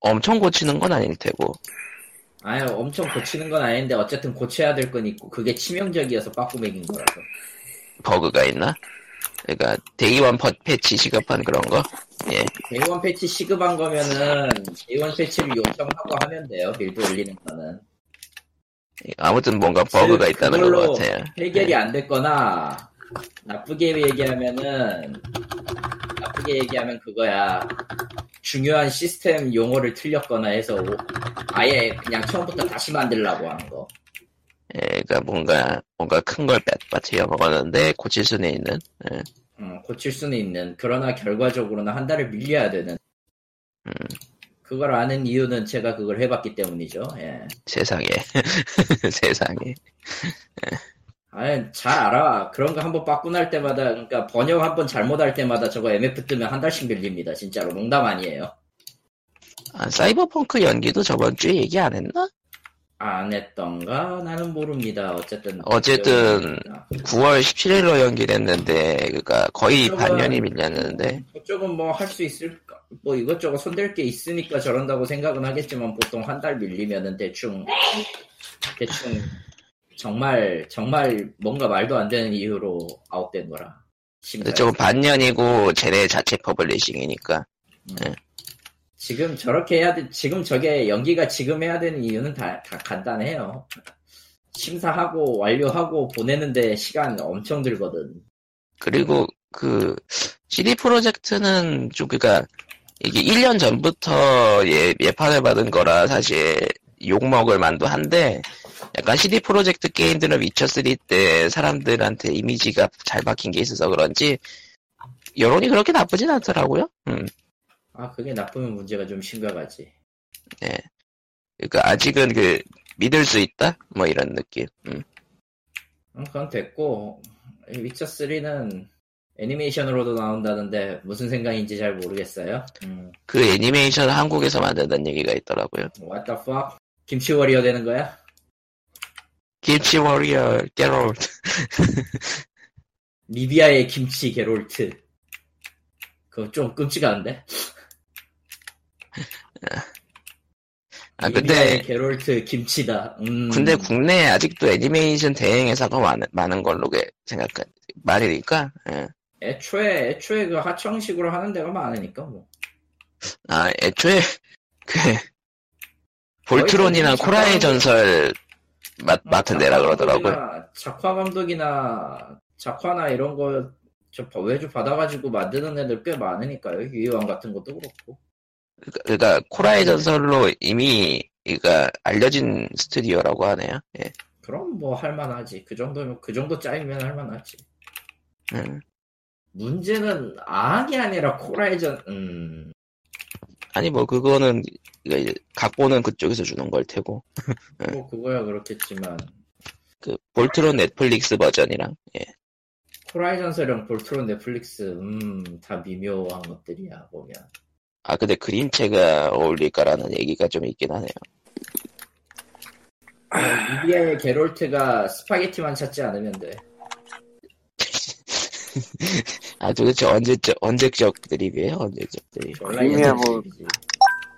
A: 엄청 고치는 건 아닐 테고
C: 아예 엄청 고치는 건 아닌데, 어쨌든 고쳐야 될 건 있고, 그게 치명적이어서 빠꾸맥인 거라서.
A: 버그가 있나? 그러니까 데이원 퍼- 패치 시급한 그런 거? 예.
C: 데이원 패치 시급한 거면은, 데이원 패치를 요청하고 하면 돼요, 빌드 올리는 거는.
A: 아무튼 뭔가 버그가 있다는 것
C: 그걸로
A: 같아요.
C: 해결이 안 됐거나 나쁘게 얘기하면은 나쁘게 얘기하면 그거야 중요한 시스템 용어를 틀렸거나 해서 오- 아예 그냥 처음부터 다시 만들라고 하는 거
A: 예, 그러니까 뭔가 뭔가 큰 걸 빠트려 먹었는데 고칠 수는 있는. 예.
C: 음, 고칠 수는 있는 그러나 결과적으로는 한 달을 밀려야 되는
A: 음.
C: 그걸 아는 이유는 제가 그걸 해봤기 때문이죠 예.
A: 세상에 세상에
C: 아니, 잘 알아. 그런 거 한번 빠꾸날 때마다, 그러니까 번역 한번 잘못할 때마다 저거 MF 뜨면 한 달씩 밀립니다. 진짜로. 농담 아니에요.
A: 아, 사이버펑크 연기도 저번 주에 얘기 안 했나?
C: 안 했던가? 나는 모릅니다. 어쨌든. 아,
A: 어쨌든 9월 17일로 연기됐는데 그러니까 거의
C: 그러면-
A: 반년이 밀렸는데
C: 그쪽은 뭐 할 수 있을까? 뭐 이것저것 손댈 게 있으니까 저런다고 생각은 하겠지만 보통 한 달 밀리면은 대충, 대충 정말, 정말 뭔가 말도 안 되는 이유로 아웃된 거라.
A: 근데
C: 심사에서.
A: 조금 반년이고 쟤네 자체 퍼블리싱이니까
C: 지금 저렇게 해야 돼. 지금 저게 연기가 지금 해야 되는 이유는 다, 다 간단해요. 심사하고 완료하고 보내는데 시간 엄청 들거든.
A: 그리고 그 CD 프로젝트는 좀 그니까 이게 1년 전부터 예, 예판을 받은 거라 사실 욕먹을 만도 한데 약간 CD 프로젝트 게임들은 위쳐3 때 사람들한테 이미지가 잘 박힌 게 있어서 그런지 여론이 그렇게 나쁘진 않더라고요. 음.
C: 아 그게 나쁘면 문제가 좀 심각하지.
A: 그러니까 아직은 그 믿을 수 있다? 뭐 이런 느낌. 음.
C: 음, 그건 됐고 위쳐 3는 애니메이션으로도 나온다는데 무슨 생각인지 잘 모르겠어요. 음,
A: 그 애니메이션을 한국에서 만든다는 얘기가 있더라고요.
C: what the fuck? 김치 워리어 되는 거야?
A: 김치 워리어 게롤트.
C: 리비아의 김치 게롤트. 그거 좀 끔찍한데?
A: 아
C: 리비아의
A: 근데
C: 게롤트 김치다. 음.
A: 근데 국내에 아직도 애니메이션 대행 회사가 많은, 많은 걸로 게- 생각, 말이니까, 예.
C: 애초에 애초에 그 하청식으로 하는 데가 많으니까 뭐
A: 아, 애초에, 그, 볼트론이나
C: 거의
A: 코라의
C: 작가는-
A: 전설
C: 음,
A: 맡, 맡은 데라 아, 그러더라고요.
C: 작화 감독이나- 작화 감독이나 작화나 이런 거저 외주 받아가지고 만드는 애들 꽤 많으니까요. 유희왕 같은 것도 그렇고.
A: 그러니까- 그러니까, 코라의 전설로 이미, 그러니까, 알려진 스튜디오라고 하네요. 예.
C: 그럼 뭐 할만하지. 그 정도면 그 정도 짜이면 할만하지.
A: 음.
C: 문제는 아항이 아니라 코라이전. 음.
A: 아니, 뭐, 그거는, 이거 이제 각본은 그쪽에서 주는 걸 테고,
C: 뭐 그거야 그렇겠지만
A: 그, 볼트론 넷플릭스 버전이랑, 예.
C: 코라이전설이랑 볼트론 넷플릭스 음다 미묘한 것들이야 보면.
A: 아, 근데 그림체가 어울릴까라는 얘기가 좀 있긴 하네요.
C: 리비아의 게롤트가 스파게티만 찾지 않으면 돼.
A: 아 도대체 언제적 언제적 드립이에요 언제적 드립
B: 그림이야, 뭐.
C: 이지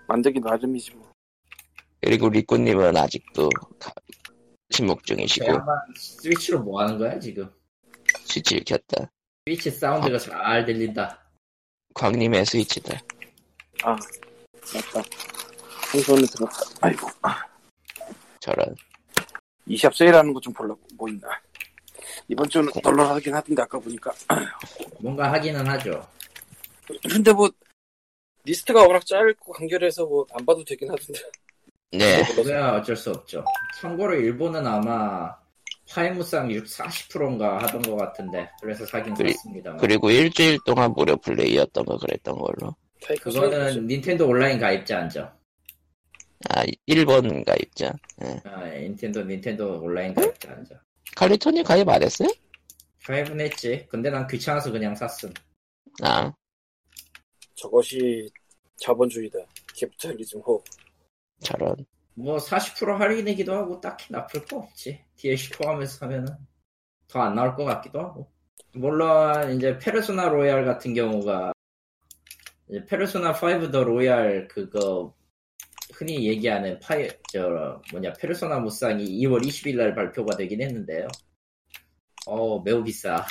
B: 만들기 나름이지, 뭐.
A: 그리고 리코님은 아직도 가- 침묵 중이시고
C: 그야만 스위치로 뭐 하는 거야 지금?
A: 스위치를 켰다
C: 스위치 사운드가 잘 들린다.
A: 광님의 스위치다
B: 맞다. 한손에 들었다. 아이고.
A: 저런.
B: 이샵 세일하는 거 좀 보려고 뭐 있나. 이번 주는
A: 고-
B: 덜널하긴 하던데 아까 보니까.
C: 뭔가 하기는 하죠.
B: 근데 뭐 리스트가 워낙 짧고 간결해서 뭐 안 봐도 되긴 하던데.
A: 네.
C: 그거야 어쩔 수 없죠. 참고로 일본은 아마 파이무상 40%인가 하던 것 같은데 그래서 사긴
A: 그리-
C: 샀습니다.
A: 그리고 일주일 동안 무료 플레이였던 거 그랬던 걸로.
B: 페이크
C: 그거는 닌텐도 온라인 가입자 안죠.
A: 아, 일본 가입자.
C: 아, 닌텐도 닌텐도 온라인 가입자 안죠.
A: 칼리토니 가입 안 했어요?
C: 가입은 했지. 근데 난 귀찮아서 그냥 샀음.
A: 아,
B: 저것이 자본주의다. 캐피탈리즘 호.
A: 저런.
C: 뭐 40% 할인이기도 하고 딱히 나쁠 거 없지. DLC 포함해서 하면은 더 안 나올 것 같기도 하고. 물론 이제 페르소나 로얄 같은 경우가 이제 페르소나 5더 로얄 그거 흔히 얘기하는 파이 저 뭐냐 페르소나 무쌍이 2월 20일 날 발표가 되긴 했는데요. 어 매우 비싸.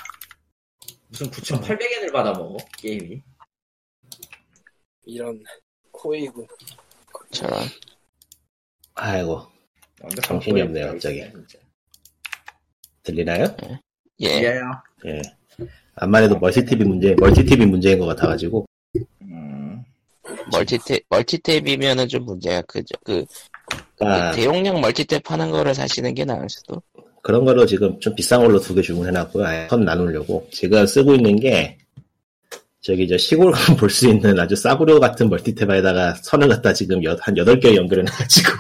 C: 무슨 9,800엔을 받아먹어 게임이.
B: 이런 코웨이군.
A: 저런.
D: 아이고
C: 완벽한
D: 정신이
C: 포획
D: 없네요,
C: 가입이네,
D: 갑자기.
C: 진짜.
D: 들리나요?
A: 예.
C: 예.
D: 예. 안만 해도 멀티 TV 문제 멀티 TV 문제인 것 같아가지고
C: 음.
A: 멀티탭, 멀티탭이면은 좀 문제야. 그죠. 그,
D: 아.
A: 그 대용량 멀티탭 하는 거를 사시는 게 나을 수도.
D: 그런 걸로 지금 좀 비싼 걸로 두 개 주문해놨고요. 아예 선 나누려고. 제가 쓰고 있는 게, 저기 저 시골 가면 볼 수 있는 아주 싸구려 같은 멀티탭에다가 선을 갖다 지금 여, 한 8개 연결해놔가지고.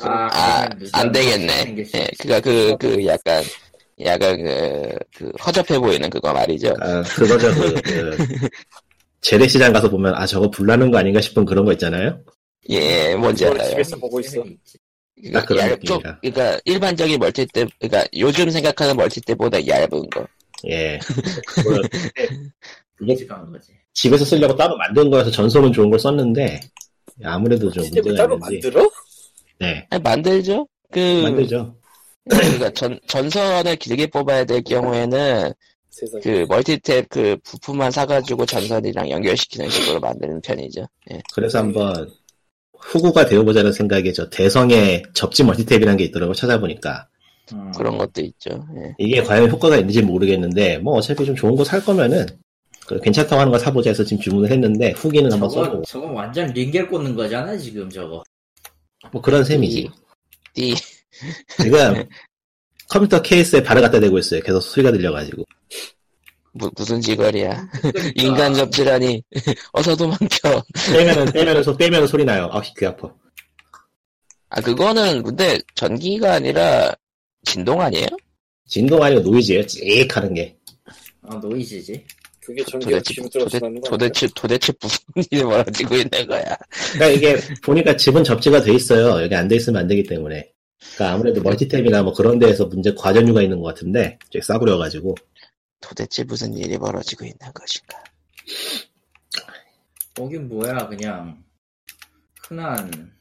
C: 아,
A: 아,
C: 그러면 무슨
A: 안 되겠네.
C: 생길 수
A: 예,
C: 있지.
A: 그니까 그, 그 약간, 약간 그, 그 허접해 보이는 그거 말이죠.
D: 아, 그거죠. 그, 그, 재래시장 가서 보면, 아, 저거 불나는 거 아닌가 싶은 그런 거 있잖아요.
A: 예, 뭔지
B: 그걸
A: 알아요.
B: 집에서 보고 있어.
D: 예.
C: 있지.
A: 그러니까
D: 딱 그런
A: 얇- 좀-
D: 느낌이라.
A: 그러니까 일반적인 멀티탭, 그러니까 요즘 생각하는 멀티탭보다 얇은 거.
D: 예. 그걸 이게-
C: 끔찍한 거지.
D: 집에서 쓰려고 따로 만든 거여서 전송은 좋은 걸 썼는데, 아무래도 좀
B: 시스템을
D: 문제가
B: 따로
D: 있는지.
B: 만들어?
D: 네.
A: 아니, 만들죠? 그,
D: 만들죠.
A: 그러니까 전, 전선을 길게 뽑아야 될 경우에는
B: 세상에.
A: 그 멀티탭 그 부품만 사가지고 전선이랑 연결시키는 식으로 만드는 편이죠. 예.
D: 그래서 한번 후구가 되어보자는 생각에 저 대성의 접지 멀티탭이라는 게 있더라고 찾아보니까
C: 음.
A: 그런 것도 있죠. 예.
D: 이게 과연 효과가 있는지 모르겠는데 뭐 어차피 좀 좋은 거 살 거면은 그 괜찮다고 하는 거 사보자 해서 지금 주문을 했는데 후기는 한번
C: 저거,
D: 써보고
C: 저거 완전 링겔 꽂는 거잖아, 지금 저거.
D: 뭐 그런 셈이지
A: 띠.
D: 지금 컴퓨터 케이스에 발을 갖다 대고 있어요 계속 소리가 들려가지고
A: 무, 무슨 지거리야.
C: 그러니까
A: 인간 접지라니. 어서 도망쳐.
D: 떼면은 떼면은 소 떼면은 소리 나요 아귀 아파
A: 아, 그거는 근데 전기가 아니라 진동 아니에요?
D: 진동 아니고 노이즈예요 찌익 하는 게
C: 아, 노이즈지.
B: 그게 전기가
A: 도대체,
B: 집에
A: 도대,
B: 들어가는 거 아니야?
A: 도대체, 도대체 무슨 일이 벌어지고 있는 거야.
D: 그러니까 이게 보니까 집은 접지가 돼 있어요 여기 안 돼 있으면 안 되기 때문에 그러니까 아무래도 멀티탭이나 뭐 그런 데에서 문제 과전류가 있는 것 같은데 좀 싸구려가지고
A: 도대체 무슨 일이 벌어지고 있는 것인가.
C: 거긴 뭐야, 그냥. 흔한.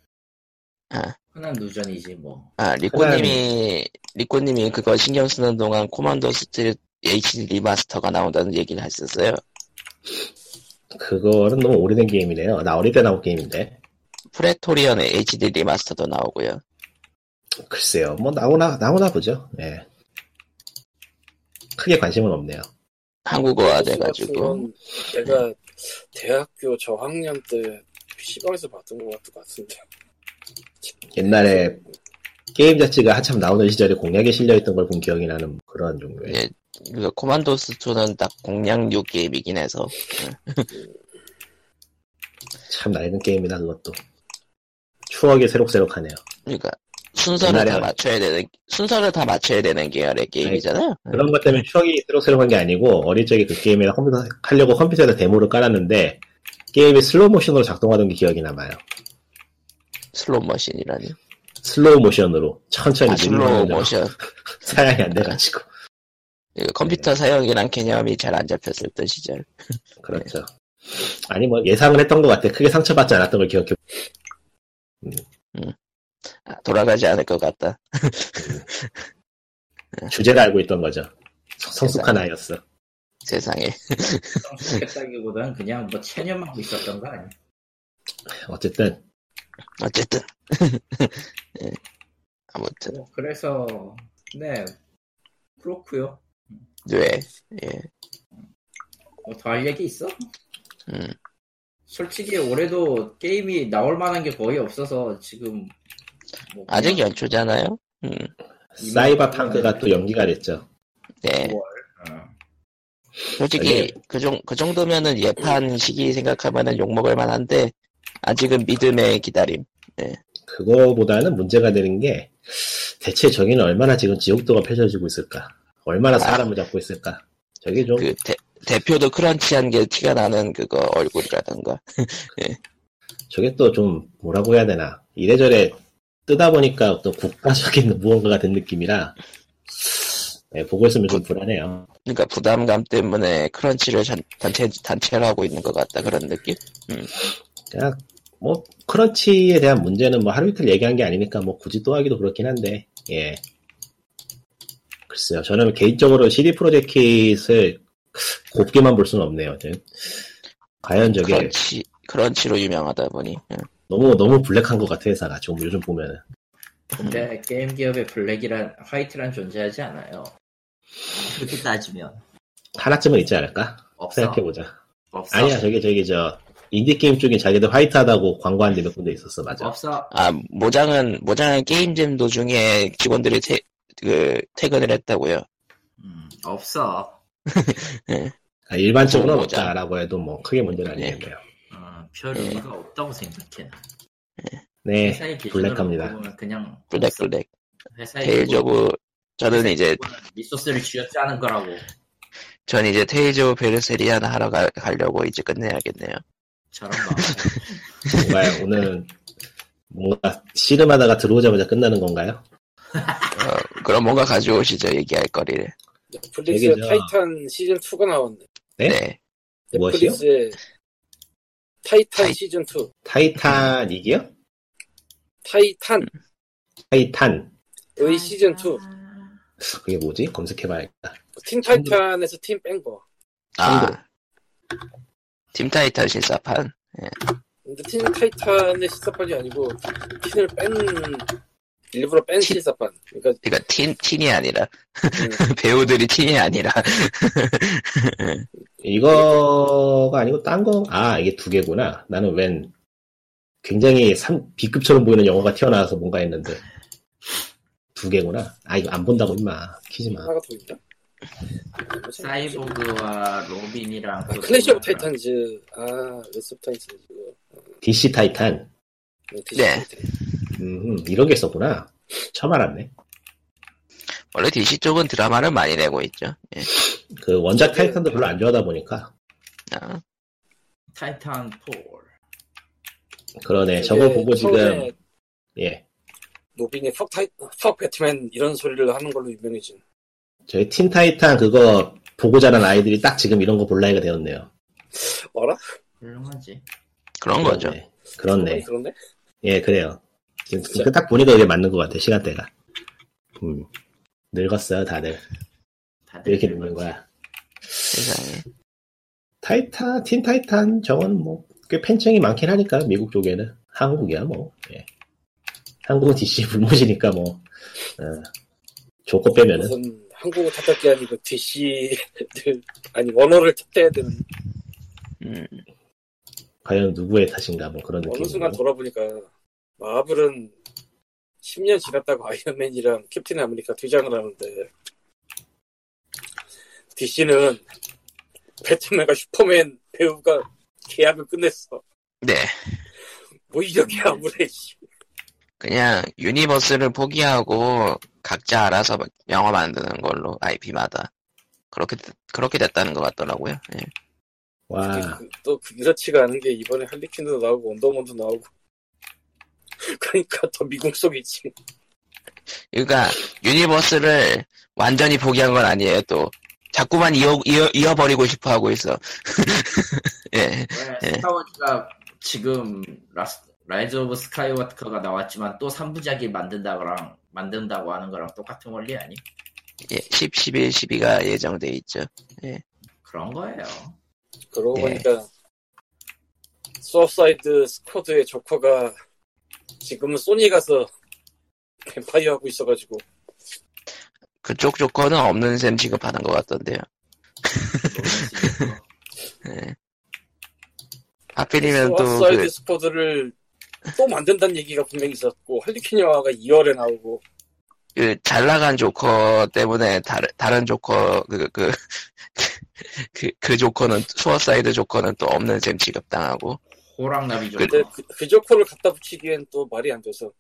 A: 아.
C: 흔한 누전이지, 뭐.
A: 아, 리코님이, 리코님이 그거 신경 쓰는 동안 코만더 스트릿 HD 리마스터가 나온다는 얘기를 했었어요.
D: 그거는 너무 오래된 게임이네요. 나 어릴 때 나온 게임인데.
A: 프레토리언의 HD 리마스터도 나오고요.
D: 글쎄요. 뭐 나오나 나오나 보죠. 예. 크게 관심은 없네요.
A: 한국어화
B: 같은
A: 돼가지고.
B: 건 내가 대학교 저학년 때 PC방에서 봤던 것 같은 것 같은데.
D: 옛날에 게임 자체가 한참 나오는 시절에 공략에 실려 있던 걸 본 기억이 나는 그런 종류의.
A: 예. 그 코만도스 2는 딱 공략류 게임이긴 해서.
D: 참 낡은 게임이다 그것도. 추억이 새록새록하네요.
A: 그러니까 순서를 다
D: 옛날에- 그러니까.
A: 맞춰야 되는 순서를 다 맞춰야 되는 계열의 게임이잖아요.
D: 그런 것 때문에 추억이 새록새록한 게 아니고 어릴 적에 그 게임이랑 컴퓨터 하려고 컴퓨터에다 데모를 깔았는데 게임이 슬로우 모션으로 작동하던 게 기억이 남아요.
A: 슬롯 머신이라니.
D: 슬로우 모션으로 천천히
A: 아, 슬롯
D: 진행하느라
A: 머신.
D: 사양이 안 돼가지고.
A: 이거 컴퓨터 사용이랑 개념이 잘 안 잡혔을 때 시절.
D: 그렇죠. 아니 뭐 예상을 했던 것 같아. 크게 상처받지 않았던 걸 기억해.
A: 아, 돌아가지 않을 것 같다.
D: 주제를 알고 있던 거죠. 성- 성숙한 아이였어.
A: 세상에.
C: 성숙했다기보단 그냥 뭐 체념하고 있었던 거 아니야?
D: 어쨌든
A: 어쨌든 예. 아무튼
C: 뭐, 그래서 네 그렇고요.
A: 네
C: 뭐 더 할 얘기 있어?
A: 음.
C: 솔직히 올해도 게임이 나올 만한 게 거의 없어서 지금 뭐
A: 아직
C: 그냥
A: 연초잖아요. 음,
D: 사이버펑크가 또 연기가 됐죠.
A: 네.
C: 어.
A: 솔직히
D: 아니.
A: 그, 정, 그 정도면은 예판 시기 생각하면은 욕먹을 만한데 아직은 믿음의 기다림.
D: 그거보다는 문제가 되는 게 대체 저기는 얼마나 지금 지옥도가 펼쳐지고 있을까? 얼마나 사람을 잡고 있을까? 저게 좀
A: 그 대, 대표도 크런치한 게 티가 나는 그거 얼굴이라던가.
D: 저게 또 좀 뭐라고 해야 되나 이래저래 뜨다 보니까 어떤 국가적인 무언가가 된 느낌이라 네, 보고 있으면 좀 불안해요.
A: 그러니까 부담감 때문에 크런치를 잔- 단체 단체로 하고 있는 것 같다 그런 느낌.
D: 그냥 뭐 크런치에 대한 문제는 뭐 하루 이틀 얘기한 게 아니니까 뭐 굳이 또 하기도 그렇긴 한데 예 글쎄요 저는 개인적으로 CD 프로젝트를 곱게만 볼 수는 없네요. 저는. 과연 저게
A: 크런치 크런치로 유명하다 보니. 음.
D: 너무 너무 블랙한 것 같아 회사가 좀 요즘 보면은
C: 근데 게임 기업의 블랙이란 화이트란 존재하지 않아요.
E: 그렇게 따지면
D: 하나쯤은 있지 않을까
C: 없어.
D: 생각해 보자.
C: 없어.
D: 아니야 저게 저기 저 인디 게임 쪽에 자기들 화이트하다고 광고한 데몇 군데 있었어 맞아.
C: 없어.
A: 아 모장은 모장은 게임잼 도중에 직원들이 퇴, 그 퇴근을 했다고요.
E: 음,
C: 없어.
D: 그러니까 일반적으로
A: 광고자.
D: 없다라고 해도 뭐 크게 문제는
A: 네.
D: 아니겠네요.
E: 어, 별 의미가 없다고 생각해.
D: 네
E: 회사의 기준으로
D: 블랙합니다.
E: 보면 그냥
A: 블랙
E: 없어.
A: 블랙.
C: 네,
E: 회사의
C: 뭐
E: 기준,
A: 테일즈오브 저는 이제
E: 리소스를 쥐어짜는 거라고.
A: 전 이제 테일즈 오브 베르세리안 하러 가, 가려고 이제 끝내야겠네요.
E: 저런 거.
D: 뭔가 오늘 뭔가 씨름하다가 들어오자마자 끝나는 건가요?
A: 어, 그럼 뭔가 가져오시죠 얘기할 거리를.
B: 넷플릭스에
D: 되게 저-
B: 타이탄 시즌 2가 나왔네.
A: 네.
D: 네? 무엇이요?
B: 넷플릭스에 타이탄
A: 타이-
B: 시즌 2.
D: 타이타닉이요?
B: 타이탄의
D: 타이탄
B: 시즌 2.
D: 그게 뭐지? 검색해봐야겠다.
B: 팀 타이탄에서 팀 뺀 거.
D: 참고로.
A: 아. 팀 타이탄 실사판.
B: 근데 팀 타이탄의 시사판이 아니고 팀을 뺀 일부러 뺀
A: 팀-
B: 시사판. 그러니까
A: 그러니까 틴 틴이 아니라
B: 음,
A: 배우들이 틴이 아니라.
D: 이거가 아니고 딴 거? 아 이게 두 개구나. 나는 웬 굉장히 삼, B급처럼 보이는 영화가 튀어나와서 뭔가 했는데 두 개구나. 아 이거 안 본다고 임마 키지 마.
B: 하나가 더 있다.
E: 사이보그와 로빈이랑
B: 아,
E: 또
B: 클래시 오브
E: 누구랑
B: 타이탄즈. 아, 레스 오브 타이탄즈. 이거.
D: DC 타이탄.
B: 네. 디지털
A: 네.
B: 타이탄.
D: 음, 이런 게 있었구나. 처음 알았네.
A: 원래 DC 쪽은 드라마를 많이 내고 있죠. 예.
D: 그 원작 타이탄도 별로 안 좋아하다 보니까.
A: 아,
E: 타이탄 4.
D: 그러네. 저거
B: 이게
D: 보고
B: 처음에
D: 지금, 예.
B: 노빈이 퍽 타이 퍽 배트맨 이런 소리를 하는 걸로 유명해진.
D: 저희 틴 타이탄 그거 보고 자란 아이들이 딱 지금 이런 거 볼 나이가 되었네요.
B: 어라?
E: 훌륭하지.
A: 그런 거죠.
D: 그렇네. 그렇네.
B: 그런데?
D: 예, 그래요. 지금 그러니까
B: 진짜.
D: 그딱 보니까 그게 맞는 것 같아, 시간대가. 음. 늙었어요, 다들.
E: 다들
D: 이렇게
E: 늙었지.
D: 늙는 거야.
A: 세상에.
D: 타이탄, 틴 타이탄 저건 뭐, 꽤 팬층이 많긴 하니까, 미국 쪽에는. 한국이야, 뭐. 예. 한국은 DC 불모지니까 뭐, 어, 조커 빼면은.
B: 무슨 한국어 탓할 게 아니고 DC들 아니 원어를 탓해야 되는
A: 음,
D: 과연 누구의 탓인가 뭐 그런
B: 어느 순간
D: 느낌으로
B: 돌아보니까 마블은 10년 지났다고 아이언맨이랑 캡틴 아메리카 두 장을 하는데 DC는 배트맨과 슈퍼맨 배우가 계약을 끝냈어.
A: 네.
B: 뭐 이렇게
D: 음.
B: 아무래 씨.
A: 그냥 유니버스를 포기하고 각자 알아서 영화 만드는 걸로 IP마다 그렇게 됐- 그렇게 됐다는 것 같더라고요. 예.
D: 와
B: 그- 또 그렇지가 않은 게 이번에 할리퀸도 나오고 원더우먼도 나오고 그러니까 더 미궁속이지
A: 그러니까 유니버스를 완전히 포기한 건 아니에요. 또 자꾸만 이어 이어 버리고 싶어 하고 있어. 예.
E: 왜
A: 예.
E: 스타워즈가 네, 지금 라스, 라이즈 오브 스카이워커가 나왔지만 또 3부작이 만든다거랑 만든다고 하는 거랑 똑같은 원리 아니?
A: 예, 10, 11, 12가 예정돼 있죠.
E: 그런 거예요.
B: 그러고
A: 예.
B: 보니까 소프사이드 스쿼드의 조커가 지금은 소니 가서 뱀파이어 하고 있어가지고
A: 그쪽 조건은 없는 셈 취급하는 것 같던데요.
E: 모르겠어요.
A: 예. 하필이면 또
B: 소프사이드
A: 그,
B: 스쿼드를 또 만든다는 얘기가 분명히 있었고 할리퀸 영화가 2월에 나오고
A: 그잘 나간 조커 때문에 다른 다른 조커 그 그 그 그 조커는 수어사이드 조커는 또 없는 셈 취급당하고
E: 호랑나비 좀.
B: 근데 그, 그 조커를 갖다 붙이기엔 또 말이 안 돼서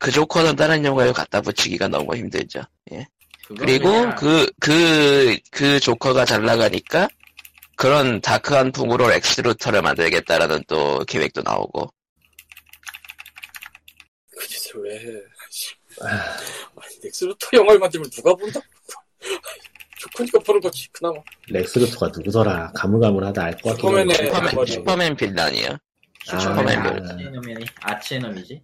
A: 그 조커는 다른 영화에 갖다 붙이기가 너무 힘들죠. 예.
E: 그건
A: 그리고
E: 그냥
A: 그 그 그 조커가 잘 나가니까 그런 다크한 풍으로 엑스루터를 만들겠다라는 또 계획도 나오고
B: 그 짓을 왜 해. 아니 넥스루터 영화를 만들면 누가 본다 조커니까 보는 거지 그나마
D: 렉스루터가 누구더라? 가물가물하다 알 것 같긴
B: 슈퍼맨의
D: 한데.
A: 슈퍼맨,
B: 맞아.
A: 슈퍼맨 빌런이요.
E: 슈퍼맨
A: 아,
E: 아치놈이 아치놈이지.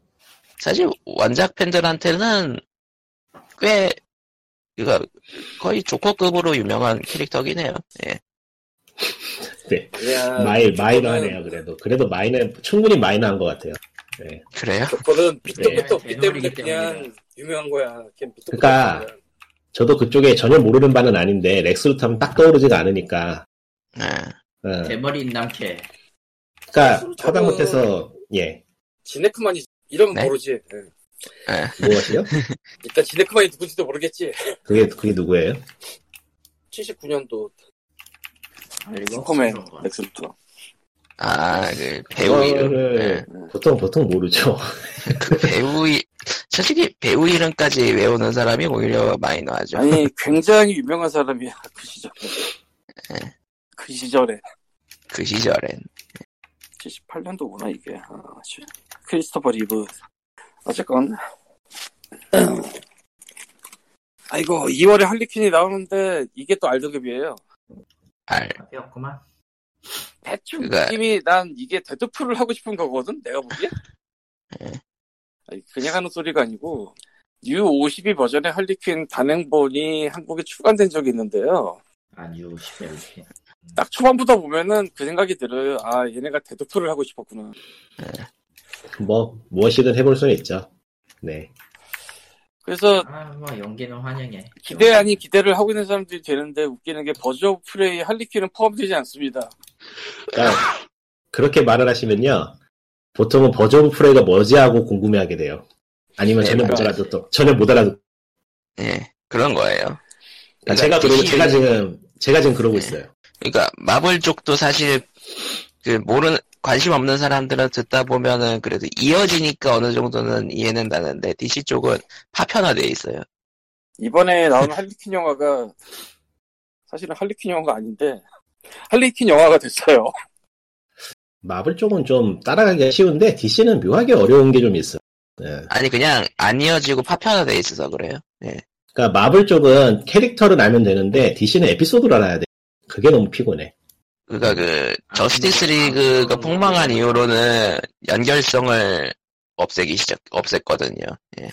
A: 사실 원작 팬들한테는 꽤 그가 거의 조커급으로 유명한 캐릭터긴 해요. 예.
D: 네.
B: 그냥
D: 마이
B: 조커는-
D: 마이너하네요 그래도 그래도 마이너 충분히 마이너한 것 같아요. 네.
A: 그래요?
B: 조커는 밑도부터
E: 네,
B: 밑때부터
E: 개놀이기
B: 그냥 유명한 거야 그냥 밑도부터
D: 그러니까
B: 그냥.
D: 저도 그쪽에 전혀 모르는 바는 아닌데 렉스루터 하면 딱 떠오르지가 않으니까.
A: 네.
D: 어,
E: 대머리 남캐.
D: 그러니까
B: 렉스루터는-
D: 하다못해서 예
B: 지네크만이 이러면
A: 네?
B: 모르지 예.
D: 무엇이요?
B: 일단 지네크만이 누군지도 모르겠지
D: 뭐 그게 그게 누구예요?
B: 79년도
E: 그리고
B: 슈퍼맨
E: 그런 거.
B: 넥스루터
A: 아, 그
D: 어,
A: 배우 이름.
D: 그거를
A: 예.
D: 보통 보통 모르죠.
A: 그 배우 이 솔직히 배우 이름까지 외우는 사람이 오히려 마이너하죠.
B: 아니 굉장히 유명한 사람이야 그 시절에
D: 네.
B: 그 시절에
A: 그 시절엔.
B: 78년도구나 이게 아, 씨. 크리스토퍼 리브 어쨌건 아이고 2월에 할리퀸이 나오는데 이게 또 알더급이에요
A: 알.
E: 답이 없구만.
B: 대충
A: 그러니까-
B: 느낌이 난 이게 데드풀을 하고 싶은 거거든 내가 보기에
A: 예.
B: 아니, 그냥 하는 소리가 아니고 뉴 52 버전의 할리퀸 단행본이 한국에 출간된 적이 있는데요
E: 아니요 슈퍼맨.
A: 음.
B: 딱 초반부터 보면은 그 생각이 들어요 아 얘네가 데드풀을 하고 싶었구나
D: 뭐 무엇이든 해볼 수는 있죠. 네.
B: 그래서
A: 음.
E: 아뭐 연기는 환영해.
B: 기대 아닌 기대를 하고 있는 사람들이 되는데 웃기는 게 버즈 오브 프레이 할리퀸은 포함되지 않습니다.
D: 그러니까 그렇게 말을 하시면요. 보통은 버즈 오브 프레이가 뭐지 하고 궁금해하게 돼요. 아니면
A: 네,
D: 전혀 못
B: 맞아요.
D: 알아듣고 전혀 못 알아듣고.
A: 예. 그런 거예요.
D: 그러니까 제가 그러고
A: DC
D: 제가 지금 제가 지금 그러고
A: 네.
D: 있어요.
A: 그러니까 마블 쪽도 사실 그 모르는 관심 없는 사람들은 듣다 보면은 그래도 이어지니까 어느 정도는 이해는 나는데 DC 쪽은 파편화돼 있어요.
B: 이번에 나오는 할리퀸 영화가 사실은 할리퀸 영화가 아닌데 할리퀸 영화가 됐어요.
D: 마블 쪽은 좀 따라가기가 쉬운데 DC는 묘하게 어려운 게 좀 있어요. 예.
A: 아니 그냥 안 이어지고 파편화돼 있어서 그래요. 예.
D: 그러니까 마블 쪽은 캐릭터를 알면 되는데 DC는 에피소드를 알아야 돼. 그게 너무 피곤해.
A: 그러니까 그
E: 아,
A: 저스티스
E: 근데-
A: 리그가
E: 아,
A: 폭망한
E: 그거는-
A: 이후로는 연결성을 없애기 시작 없앴거든요. 예.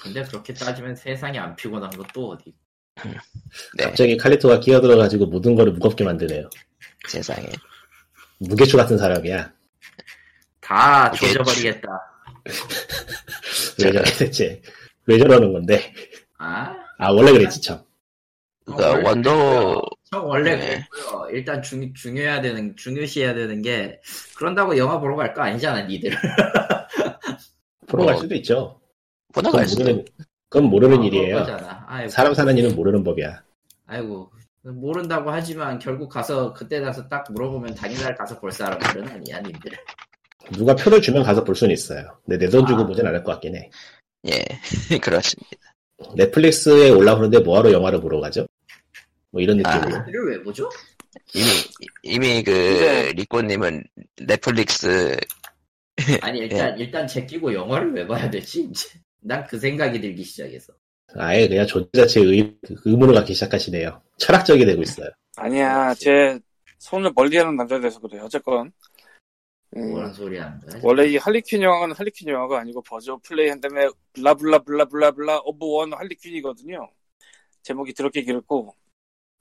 E: 근데 그렇게 따지면 세상이 안 피곤한 것도 어디.
A: 네.
D: 갑자기 칼리토가 끼어들어가지고 모든 거를 무겁게 만드네요.
A: 세상에.
D: 무게추 같은 사람이야.
E: 다
A: 오케이.
E: 조져버리겠다.
D: 왜 저래 대체. 왜 저러는 건데.
E: 아?
D: 아 원래 그랬지 참.
A: 그러니까
E: 원래
A: 원도
E: 그랬고요. 저 원래
A: 네.
E: 그랬고요. 일단 중, 중요해야 되는, 중요시해야 되는 게, 그런다고 영화 보러 갈 거 아니잖아, 니들.
D: 보러 갈
A: 뭐,
D: 수도 있죠.
A: 보너갈
D: 그건
A: 수도
D: 모르는, 그건 모르는
E: 아, 그럴
D: 일이에요.
E: 거잖아. 아이고,
D: 사람 사는 일은 모르는 법이야.
E: 아이고. 모른다고 하지만 결국 가서 그때 가서 딱 물어보면 당일날 가서 볼 사람들은 아니야, 님들.
D: 누가 표를 주면 가서 볼 수는 있어요. 근데 내 돈 주고
E: 아.
D: 보진 않을 것 같긴 해.
A: 예. 그렇습니다.
D: 넷플릭스에 올라오는데 뭐하러 영화를 보러 가죠? 뭐 이런
A: 아.
D: 느낌으로.
E: 이를 왜 보죠?
A: 이미 이미 그
B: 네.
A: 리코님은 넷플릭스
D: 네.
E: 아니, 일단, 일단 제끼고 영화를 왜 봐야 되지, 이제. 난 그 생각이 들기 시작했어.
D: 아예 그냥 존재 자체의 의, 의문을 갖기 시작하시네요. 철학적이 되고 있어요.
B: 아니야, 제 손을 멀리하는 남자라서 그래. 요 어쨌건 음,
E: 뭐란 소리 하는 거야.
B: 원래 이 할리퀸 영화는 할리퀸 영화가 아니고 버즈 오브 프레이 한 다음에 블라블라블라블라블라 오브 원 할리퀸이거든요. 제목이 더럽게 길었고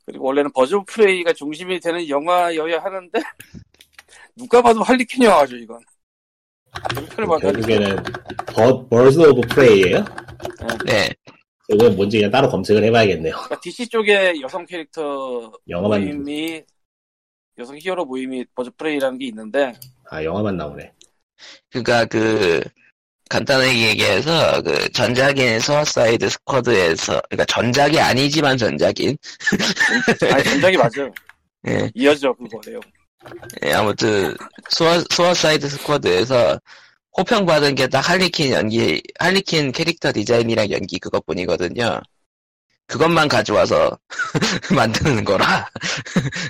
B: 그리고 원래는 버즈 오브 프레이가 중심이 되는 영화여야 하는데 누가 봐도 할리퀸이 와가지고 이건 누를 봐도
D: 결국에는 버, Birds of Prey예요?
A: 네.
D: 이건 뭔지 그냥 따로 검색을 해봐야겠네요.
B: 그러니까 DC 쪽에 여성 캐릭터
D: 영화만
B: 모임이 여성 히어로 모임이 버즈 프레이라는 게 있는데
D: 아 영화만 나오네.
A: 그니까 그 간단하게 얘기해서 그 전작인 소아사이드 스쿼드에서 그러니까 전작이 아니지만 전작인
B: 아니 전작이 맞아요.
A: 예,
B: 이어져 그거 내용.
A: 예, 아무튼 소아 소아사이드 스쿼드에서 호평 받은 게 딱 할리퀸 연기 할리퀸 캐릭터 디자인이랑 연기 그것뿐이거든요. 그것만 가져와서 만드는 거라.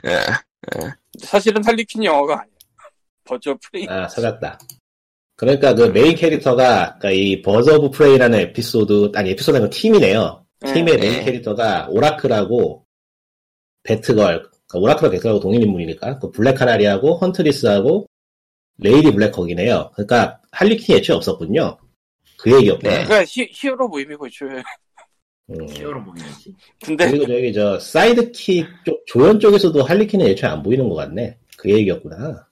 A: 예.
B: 사실은 할리퀸 영화가 아니야. 버즈 프레이.
D: 아 찾았다. 그러니까 그 메인 캐릭터가 그러니까 이 Birds of Prey라는 에피소드 아니 에피소드는 팀이네요.
B: 예.
D: 팀의 메인
A: 네.
D: 캐릭터가 오라클하고 배트걸 그러니까 오라클과 배트걸하고 동일인물이니까 그 블랙카나리하고 헌트리스하고 레이디 블랙헉이네요. 그러니까 할리퀸이 애초에 없었군요. 그 얘기였구나.
A: 네.
B: 그러니까 히, 히어로 모임이고 애초에.
D: 음.
E: 히어로 모임이지.
A: 네.
B: 근데
D: 그리고 저기 저 사이드킥 쪽 조연 쪽에서도 할리퀸은 애초에 안 보이는 것 같네. 그 얘기였구나.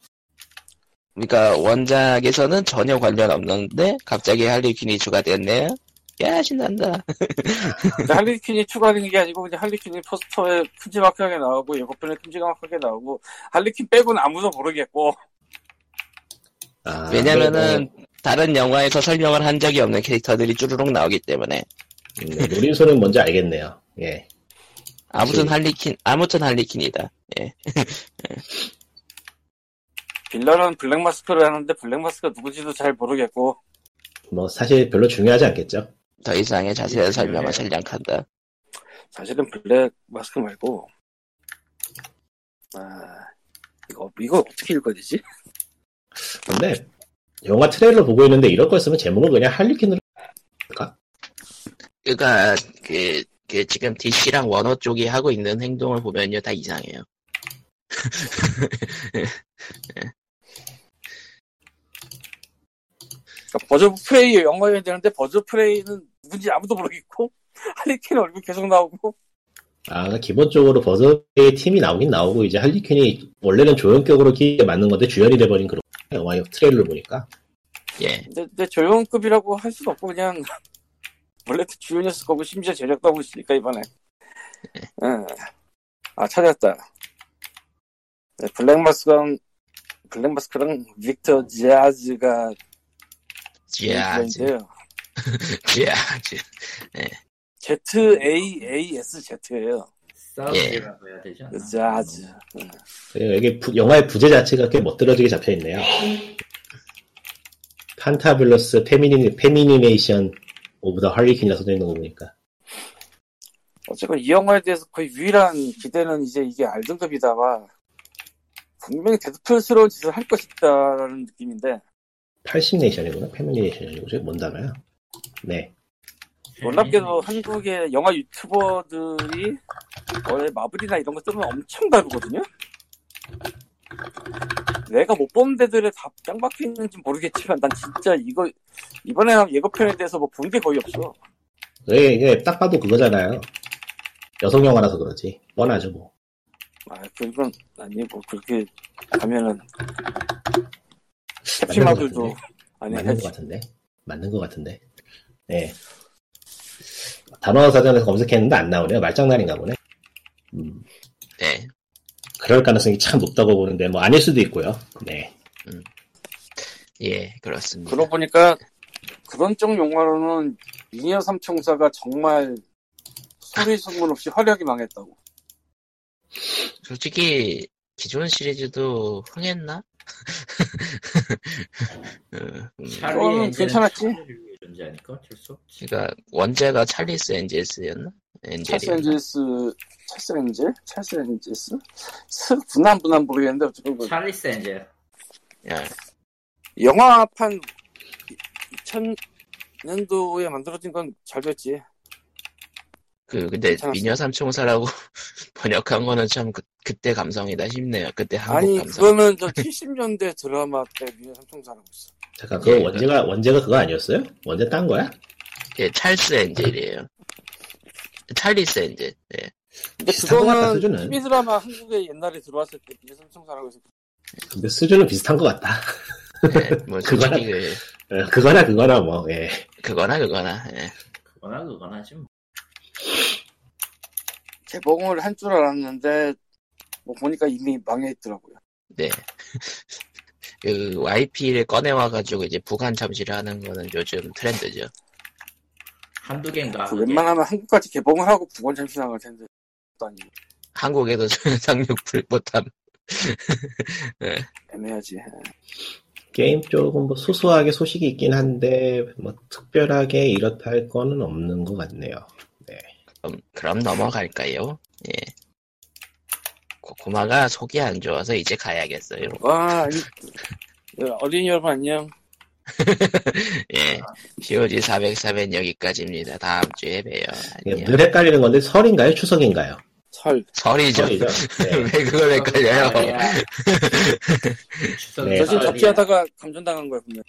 A: 그러니까 원작에서는 전혀 관련 없는데 갑자기 할리퀸이 추가됐네요. 야 신난다.
B: 근데 할리퀸이 추가된 게 아니고 그냥 할리퀸이 포스터에 큼지막하게 나오고 예고편에 큼지막하게 나오고 할리퀸 빼고는 아무도 모르겠고
D: 아,
A: 왜냐면은 다른 영화에서 설명을 한 적이 없는 캐릭터들이 쭈르륵 나오기 때문에
D: 그리고, 음, 네, 노림수는 뭔지 알겠네요. 예.
A: 아무튼
D: 그치.
A: 할리퀸 아무튼 할리퀸이다.
B: 빌런은 블랙마스크를 하는데 블랙마스크가 누구지도 잘 모르겠고
D: 뭐 사실 별로 중요하지 않겠죠.
A: 더 이상의
B: 예,
A: 자세한 설명은 생략한다.
B: 사실은 블랙마스크 말고 아 이거 이거 어떻게 읽어야 되지?
D: 근데 영화 트레일러 보고 있는데 이럴 거였으면 제목을 그냥 할리퀸으로
A: 그러니까 그, 그 지금 DC랑 원호 쪽이 하고 있는 행동을 보면요 다 이상해요.
B: 그러니까 버즈 프레이 영화여야 되는데 버즈 프레이는 누군지 아무도 모르겠고 할리퀸 얼굴 계속 나오고
D: 아 그러니까 기본적으로 버섯의 팀이 나오긴 나오고 이제 할리퀸이 원래는 조연격으로 끼게 맞는 건데 주연이 돼버린 그런 영화 트레일러 보니까
A: 예.
B: 근데, 근데 조용급이라고 할 수도 없고 그냥 원래 그 주연이었을 거고 심지어 제작도 하고 있으니까 이번에 응. 아 찾았다 네, 블랙마스크랑 블랙마스크랑 빅터 지아즈가 예,
A: 지아즈,
B: 주연인데요.
A: 지아즈.
B: ZAASZ예요 그
E: 사우디라고 해야 되지 않나? 네.
B: 지아즈
D: 그리고 이게 부- 영화의 부제 자체가 꽤 멋들어지게 잡혀있네요. 판타빌러스 페미니, 페미니메이션 오브 더 할리퀸이라 써져있는 거 보니까
B: 어쨌건 이 영화에 대해서 거의 유일한 기대는 이제 이게 알등급이다와 분명히 데드풀스러운 짓을 할 것이다라는 느낌인데
D: 80네이션이구나 페미니메이션이고 저게 뭔 단어야? 네
E: 음.
B: 놀랍게도 한국의 영화 유튜버들이 원래 마블이나 이런 거 뜨면 엄청 다루거든요? 내가 못 본 데들에 다 짱박혀 있는지 모르겠지만 난 진짜 이거 이번에 한 예고편에 대해서 뭐 본 게 거의 없어
D: 그게 이게 딱 봐도 그거잖아요. 여성 영화라서 그러지 뻔하죠 뭐.
B: 아 그건 아니고 뭐 그렇게 가면은 캡틴마블도 아니
D: 맞는 것 같은데 맞는 것 같은데 네 단어 사전에서 검색했는데 안 나오네요 말장난인가 보네 음,
A: 네.
D: 그럴 가능성이 참 높다고 보는데 뭐 아닐 수도 있고요 네
A: 예, 그렇습니다.
B: 그러고 보니까 그런 쪽 용어로는 미니어 삼총사가 정말 소리 소문 없이 화려하게 망했다고.
A: 솔직히 기존 시리즈도 흥했나? 어, 음.
B: 그거는
E: 찰리
B: 괜찮았지?
E: 그 존재하니까 어쩔 수 없지.
A: 그러니까 원제가 찰리스 엔젤스였나?
B: 찰스
A: 엔젤이
B: 엔젤스, 찰스 엔젤? 찰스 엔젤스? 스, 분한 분한 모르겠는데, 어쨌든 그
E: 찰리 센젤.
B: 영화판 2000년도에 만들어진 건 잘 됐지.
A: 그 근데
B: 괜찮았어.
A: 미녀 삼총사라고 번역한 거는 참 그, 그때 감성이다 싶네요. 그때 한국
B: 아니,
A: 감성.
B: 그거는 저 70년대 드라마 때 미니어 삼총사라고 있어.
D: 잠깐 그거
A: 예,
D: 원제가
B: 그렇죠.
D: 원제가 그거 아니었어요? 원제 딴 거야?
A: 예, 찰스 엔젤이에요. 찰리스 엔젤. 예.
B: 근데
D: 비슷한 것 같다,
B: 그거는
D: 수준은.
B: TV 드라마 한국에 옛날에 들어왔을 때 미니어 삼총사라고 해서
D: 근데 수준은 비슷한 것 같다.
A: 예, 뭐
D: 그거나-
A: 솔직히 그-
D: 예, 그거나 그거나 뭐 예.
A: 그거나 그거나 예.
E: 그거나 그거나 좀
B: 개봉을 한 줄 알았는데 뭐 보니까 이미 망해 있더라고요.
A: 네. 그 YP를 꺼내와가지고 이제 북한 참시를 하는 거는 요즘 트렌드죠.
E: 한두 개인가
B: 그
E: 그게.
B: 웬만하면 한국까지 개봉을 하고 북원 잠시 나갈 텐데 또 아니
A: 한국에도 상륙 불못함.
B: 애매하지.
D: 게임 쪽은 뭐 소소하게 소식이 있긴 한데 뭐 특별하게 이렇다 할 거는 없는 것 같네요.
A: 그럼, 음, 그럼 넘어갈까요? 예. 고구마가 속이 안 좋아서 이제 가야겠어요.
B: 와 이- 어린이 여러분 안녕.
A: 예. POG 404면 여기까지입니다. 다음 주에 봬요.
D: 예,
A: 안녕.
D: 늘 헷갈리는 건데 설인가요? 추석인가요?
B: 설.
A: 설이죠.
D: 설이죠. 네.
A: 왜 그걸
E: 아,
D: 예.
A: 헷갈려요?
E: 추석
D: 네.
B: 저 지금
E: 설이야.
B: 잡기하다가 감전당한 거야 분명.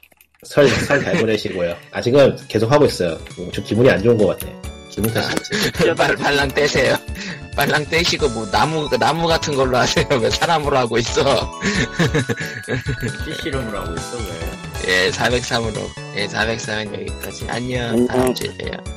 D: 설, 설잘 보내시고요. 아직은 계속 하고 있어요. 음, 저 기분이 안 좋은 것 같아. 기분 탓이지.
A: 빨, 빨랑 그 떼세요. 빨랑 떼시고 뭐 나무 나무 같은 걸로 하세요. 왜 사람으로 하고 있어?
E: 실시름을 하고 있어 왜
A: 예, 403으로. 예, 403은 여기까지. 안녕. 다음 주에 봬요.